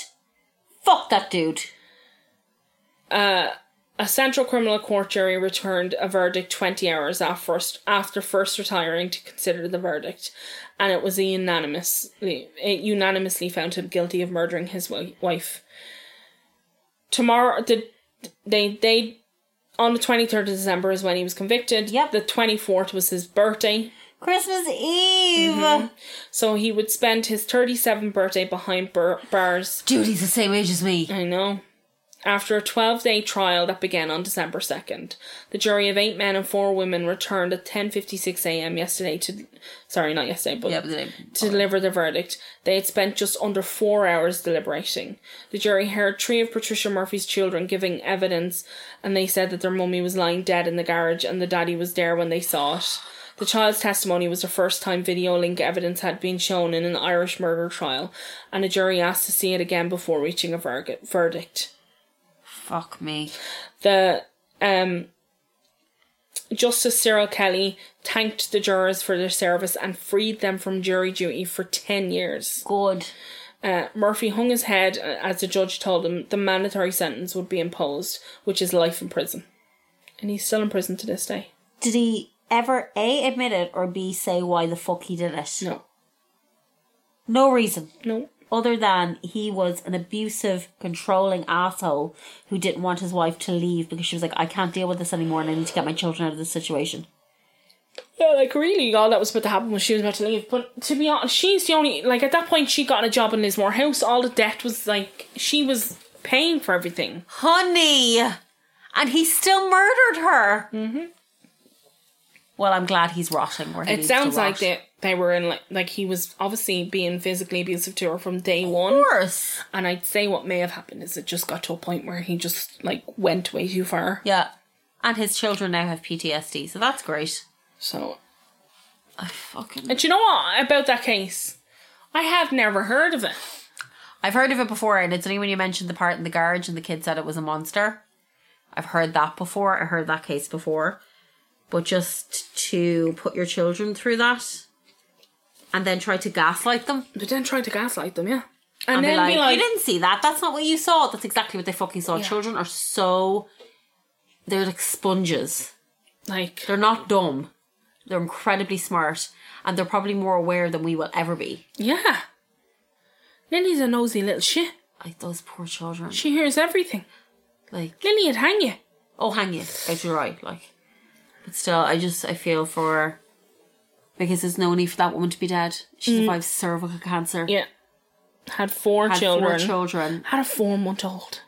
S2: Fuck that dude.
S1: A central criminal court jury returned a verdict 20 hours after first, after first retiring to consider the verdict, and it was a unanimously, it unanimously found him guilty of murdering his wi- wife. Tomorrow, the, they, they, on the 23rd of December is when he was convicted.
S2: Yep.
S1: The 24th was his birthday.
S2: Christmas Eve.
S1: Mm-hmm. So he would spend his 37th birthday behind bar- bars.
S2: Dude, he's the same age as me.
S1: I know. After a 12 day trial that began on December 2nd, the jury of eight men and four women returned at 10.56 am yesterday to. Sorry, not yesterday, but.
S2: Yeah, but they-
S1: to deliver the verdict, they had spent just under four hours deliberating. The jury heard three of Patricia Murphy's children giving evidence, and they said that their mummy was lying dead in the garage and the daddy was there when they saw it. The child's testimony was the first time video link evidence had been shown in an Irish murder trial, and the jury asked to see it again before reaching a verg- verdict.
S2: Fuck me.
S1: The um, Justice Cyril Kelly thanked the jurors for their service and freed them from jury duty for 10 years.
S2: Good.
S1: Uh, Murphy hung his head uh, as the judge told him the mandatory sentence would be imposed, which is life in prison. And he's still in prison to this day.
S2: Did he ever A admit it or B say why the fuck he did it?
S1: No,
S2: No reason.
S1: no.
S2: Other than he was an abusive, controlling asshole who didn't want his wife to leave because she was like, I can't deal with this anymore and I need to get my children out of this situation.
S1: Yeah, like really, all that was about to happen was she was about to leave. But to be honest, she's the only like at that point she got a job in Lismore House. All the debt was like she was paying for everything.
S2: Honey! And he still murdered her. Mm-hmm. Well, I'm glad he's rotting where he
S1: It
S2: needs
S1: sounds
S2: to rot.
S1: like they they were in like like he was obviously being physically abusive to her from day
S2: Of
S1: one.
S2: course.
S1: And I'd say what may have happened is it just got to a point where he just like went way too far.
S2: Yeah. And his children now have PTSD, so that's great.
S1: So
S2: I fucking.
S1: And do you know what about that case? I have never heard of it.
S2: I've heard of it before, and it's only when you mentioned the part in the garage and the kid said it was a monster. I've heard that before. I heard that case before. But just to put your children through that and then try to gaslight them
S1: But then try to gaslight them, yeah. And,
S2: and,
S1: then
S2: be, like, you didn't see that. That's not what you saw. That's exactly what they fucking saw. Children are so. They're like sponges.
S1: like,
S2: They're not dumb. They're incredibly smart. And they're probably more aware than we will ever be.
S1: yeah. Lily's a nosy little shit.
S2: Like those poor children.
S1: She hears everything.
S2: Like.
S1: Lily'd hang you.
S2: oh hang you out your eye like but still i just i feel for because there's no need for that woman to be dead she survived cervical cancer
S1: Mm. Yeah. Had four
S2: had
S1: children.
S2: four children
S1: Had a four month old.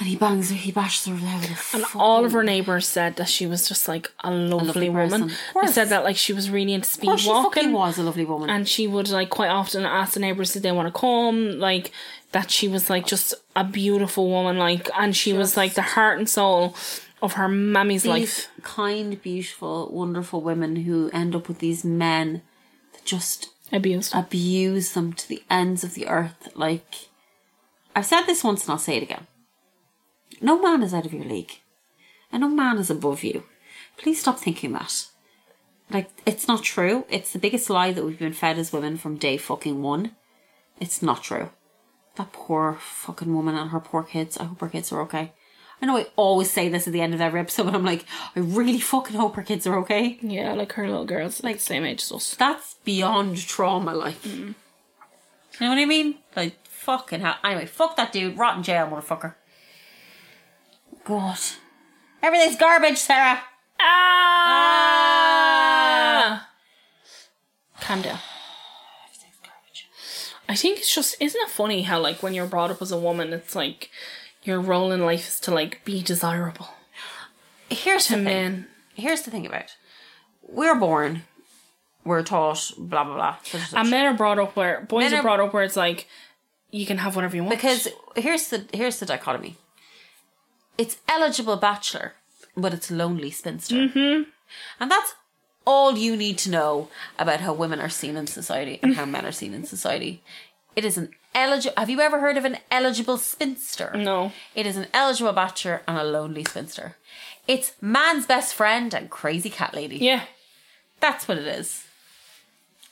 S2: and he bangs her he bashes her out with a
S1: And
S2: fucking-
S1: all of her neighbours said that she was just like a lovely,
S2: lovely
S1: woman.
S2: person. Of
S1: They
S2: course.
S1: said that like she was really into
S2: Of
S1: speed
S2: course she
S1: walking.
S2: fucking was a lovely woman
S1: and she would like quite often ask the neighbors did they want to come like that she was like just a beautiful woman like and she was like the heart and soul of her mammy's
S2: these
S1: life
S2: kind beautiful wonderful women who end up with these men that just
S1: abused
S2: abuse them to the ends of the earth like i've said this once and i'll say it again no man is out of your league and no man is above you please stop thinking that like it's not true it's the biggest lie that we've been fed as women from day fucking one It's not true. That poor fucking woman and her poor kids. I hope her kids are okay. I know I always say this at the end of every episode, but I'm like, I really fucking hope her kids are okay.
S1: Yeah, like her little girl's like the same age as us.
S2: That's beyond trauma, like. You know what I mean? Like, fucking hell. Anyway, fuck that dude. Rot in jail, motherfucker. God. Everything's garbage, Sarah.
S1: Ah! Calm down.
S2: Everything's garbage.
S1: I think it's just isn't it funny how like when you're brought up as a woman, it's like your role in life is to like be desirable
S2: Here's
S1: to
S2: the thing.
S1: men.
S2: Here's the thing about it. We're born. We're taught blah, blah, blah. such and such.
S1: And men are brought up where boys
S2: Men
S1: are,
S2: are-
S1: brought up where it's like you can have whatever you want
S2: because here's the here's the dichotomy. It's eligible bachelor, but it's lonely spinster, mm-hmm. and that's all you need to know about how women are seen in society and how men are seen in society. It is an eligible. Have you ever heard of an eligible spinster?
S1: No.
S2: It is an eligible bachelor and a lonely spinster. It's man's best friend and crazy cat lady.
S1: yeah,
S2: That's what it is.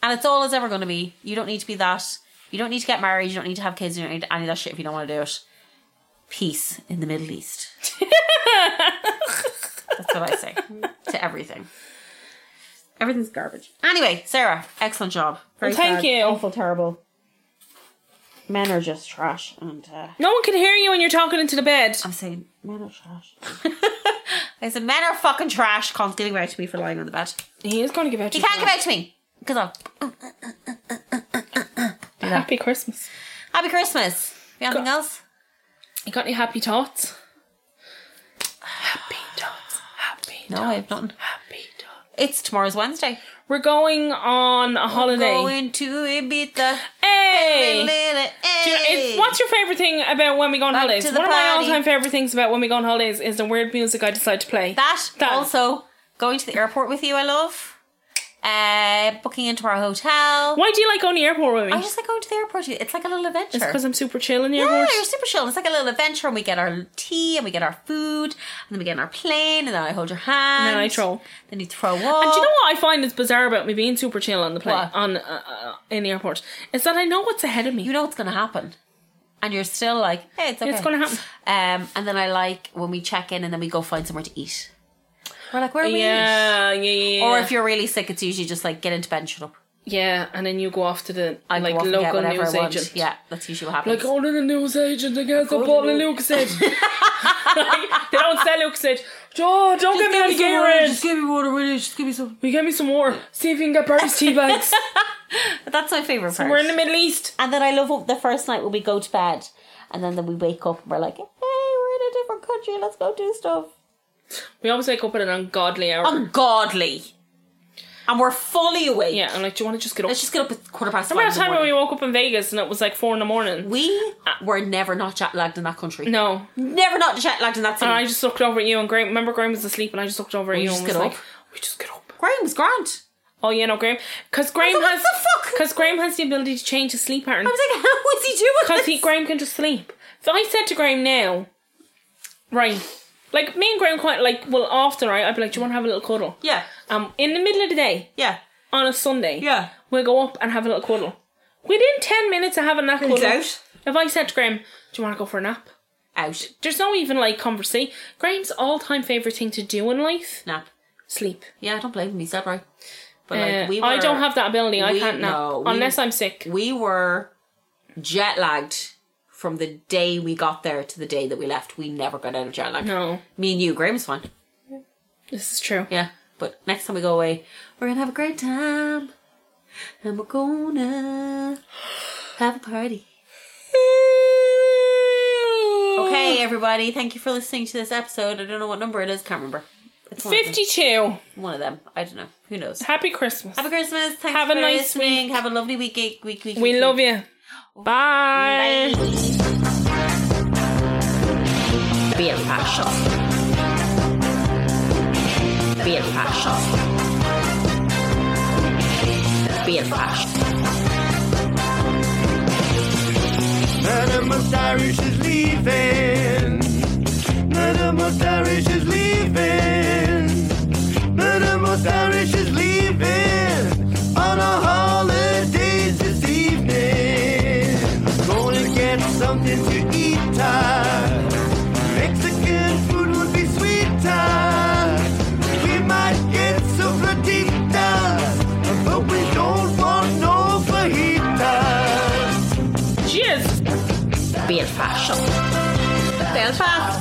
S2: And it's all it's ever going to be. You don't need to be that. You don't need to get married. You don't need to have kids. You don't need any of that shit if you don't want to do it. Peace in the Middle East. That's what I say to everything. Everything's garbage. Anyway, Sarah, excellent job. Very
S1: thank
S2: sad,
S1: you.
S2: Awful, terrible. Men are just trash, and uh,
S1: no one can hear you when you're talking into the bed.
S2: I'm saying men are trash. I said men are fucking trash. Can't give out to me for lying on the bed.
S1: He is going to give out.
S2: You can't give out to me because I'll
S1: Happy Christmas.
S2: Happy Christmas. You got anything else?
S1: You got any happy thoughts? Happy thoughts. Happy.
S2: No, I have nothing.
S1: Happy thoughts.
S2: It's tomorrow's Wednesday.
S1: We're going on a holiday.
S2: Going to Ibiza.
S1: hey.
S2: Hey.
S1: Do you- it's- what's your favorite thing about when we go on holidays?
S2: to
S1: One
S2: the
S1: of my
S2: party.
S1: all-time favorite things about when we go on holidays is the weird music I decide to play.
S2: that?
S1: That.
S2: Also, going to the airport with you, I love. Uh, booking into our hotel.
S1: Why do you like going to the airport with me?
S2: I just like going to the airport. with you. It's like a little adventure.
S1: it's because I'm super chill in the
S2: yeah,
S1: airport.
S2: you're super chill. It's like a little adventure, and we get our tea, and we get our food, and then we get in our plane, and then I hold your hand,
S1: And then I throw.
S2: then you throw up.
S1: And do you know what I find is bizarre about me being super chill on the plane
S2: What?
S1: on uh, uh, in the airport is that I know what's ahead of me.
S2: you know what's going to happen. And you're still like, hey, it's okay.
S1: It's gonna happen.
S2: Um, and then I like when we check in and then we go find somewhere to eat. We're like, where are we? eat?
S1: yeah, yeah, yeah, yeah.
S2: Or if you're really sick, it's usually just like get into bed and shut up.
S1: yeah, and then you go off to the
S2: I
S1: like
S2: go off and get
S1: local
S2: whatever
S1: news
S2: I want.
S1: agent.
S2: Yeah, that's usually what
S1: Like,
S2: happens.
S1: oh, no, the news agent, I guess I
S2: to
S1: bought the
S2: the-
S1: Lucasade. like, they don't sell Lucasade. Oh, don't get me any Gatorade.
S2: give me water, will you? Just give me some.
S1: We get me some more. See if you can get Barry's tea bags.
S2: But that's my favorite part.
S1: We're in the Middle East.
S2: and then I love the first night when we go to bed, and then, then we wake up and we're like, hey, we're in a different country. Let's go do stuff.
S1: We always wake up at an ungodly hour.
S2: Um, Ungodly, and we're fully awake.
S1: yeah, I'm like, do you want to just get up?
S2: Let's just get up at quarter past.
S1: Remember the
S2: five in the
S1: time when Uh,
S2: morning?
S1: we woke up in Vegas and it was like four in the morning?
S2: We were never not jet lagged in that country.
S1: No.
S2: Never not jet lagged in that city.
S1: And I just looked over at you and Graham. Remember, Graham was asleep and I just looked over at you
S2: just
S1: and was
S2: get
S1: like,
S2: up.
S1: we just get up.
S2: Graham's grand.
S1: Oh, yeah, no, Graham. Because Graham
S2: What
S1: has.
S2: the fuck?
S1: Because Graham has the ability to change his sleep pattern.
S2: I was like, how is he doing?
S1: Because he
S2: this?
S1: Graham can just sleep. So I said to Graham now, right, like me and Graham quite like well after right, I'd be like, do you want to have a little cuddle?
S2: Yeah,
S1: Um, in the middle of the day
S2: yeah,
S1: on a Sunday,
S2: yeah.
S1: we'll go up and have a little cuddle. Within ten minutes of having that cuddle,
S2: out.
S1: if I said to Graham, do you want to go for a nap?
S2: Out.
S1: There's no even like conversation. Graham's all-time favorite thing to do in life:
S2: Nap.
S1: sleep.
S2: Yeah, don't blame me. He's dead right. But
S1: Uh,
S2: like, we were,
S1: I don't have that ability. I
S2: we-
S1: can't nap
S2: no, we-
S1: unless I'm sick.
S2: We were jet lagged from the day we got there to the day that we left. We never got out of jet lag.
S1: no,
S2: Me and you, Graham's fine.
S1: this is true.
S2: Yeah. But next time we go away, we're gonna have a great time. And we're gonna have a party.
S1: Oh.
S2: Okay, everybody, thank you for listening to this episode. I don't know what number it is, can't remember. It's one, Of,
S1: Fifty-two.
S2: them. one of them. I don't know. Who knows?
S1: Happy Christmas.
S2: Have a Christmas. Thanks
S1: Have
S2: for
S1: a nice
S2: listening. Have a lovely week, week, week, week.
S1: We
S2: week.
S1: love you. Bye.
S2: Be a fashion. Be a fashion. Be a fashion.
S3: Murdermost Irish is leaving. Murdermost Irish is leaving. Murdermost Irish is leaving on a holiday this evening.
S4: Belfast. Belfast.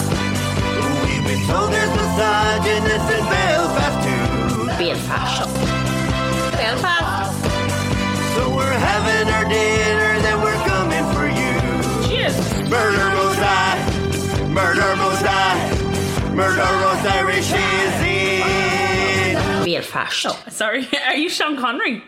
S3: We've been told there's misogynists in Belfast too.
S4: Belfast. Belfast.
S3: So we're having our dinner, then we're coming for you.
S1: Cheers.
S3: Murder most I, murder most I, murder most Irish is in.
S4: Belfast.
S1: Sorry, are you Sean Connery?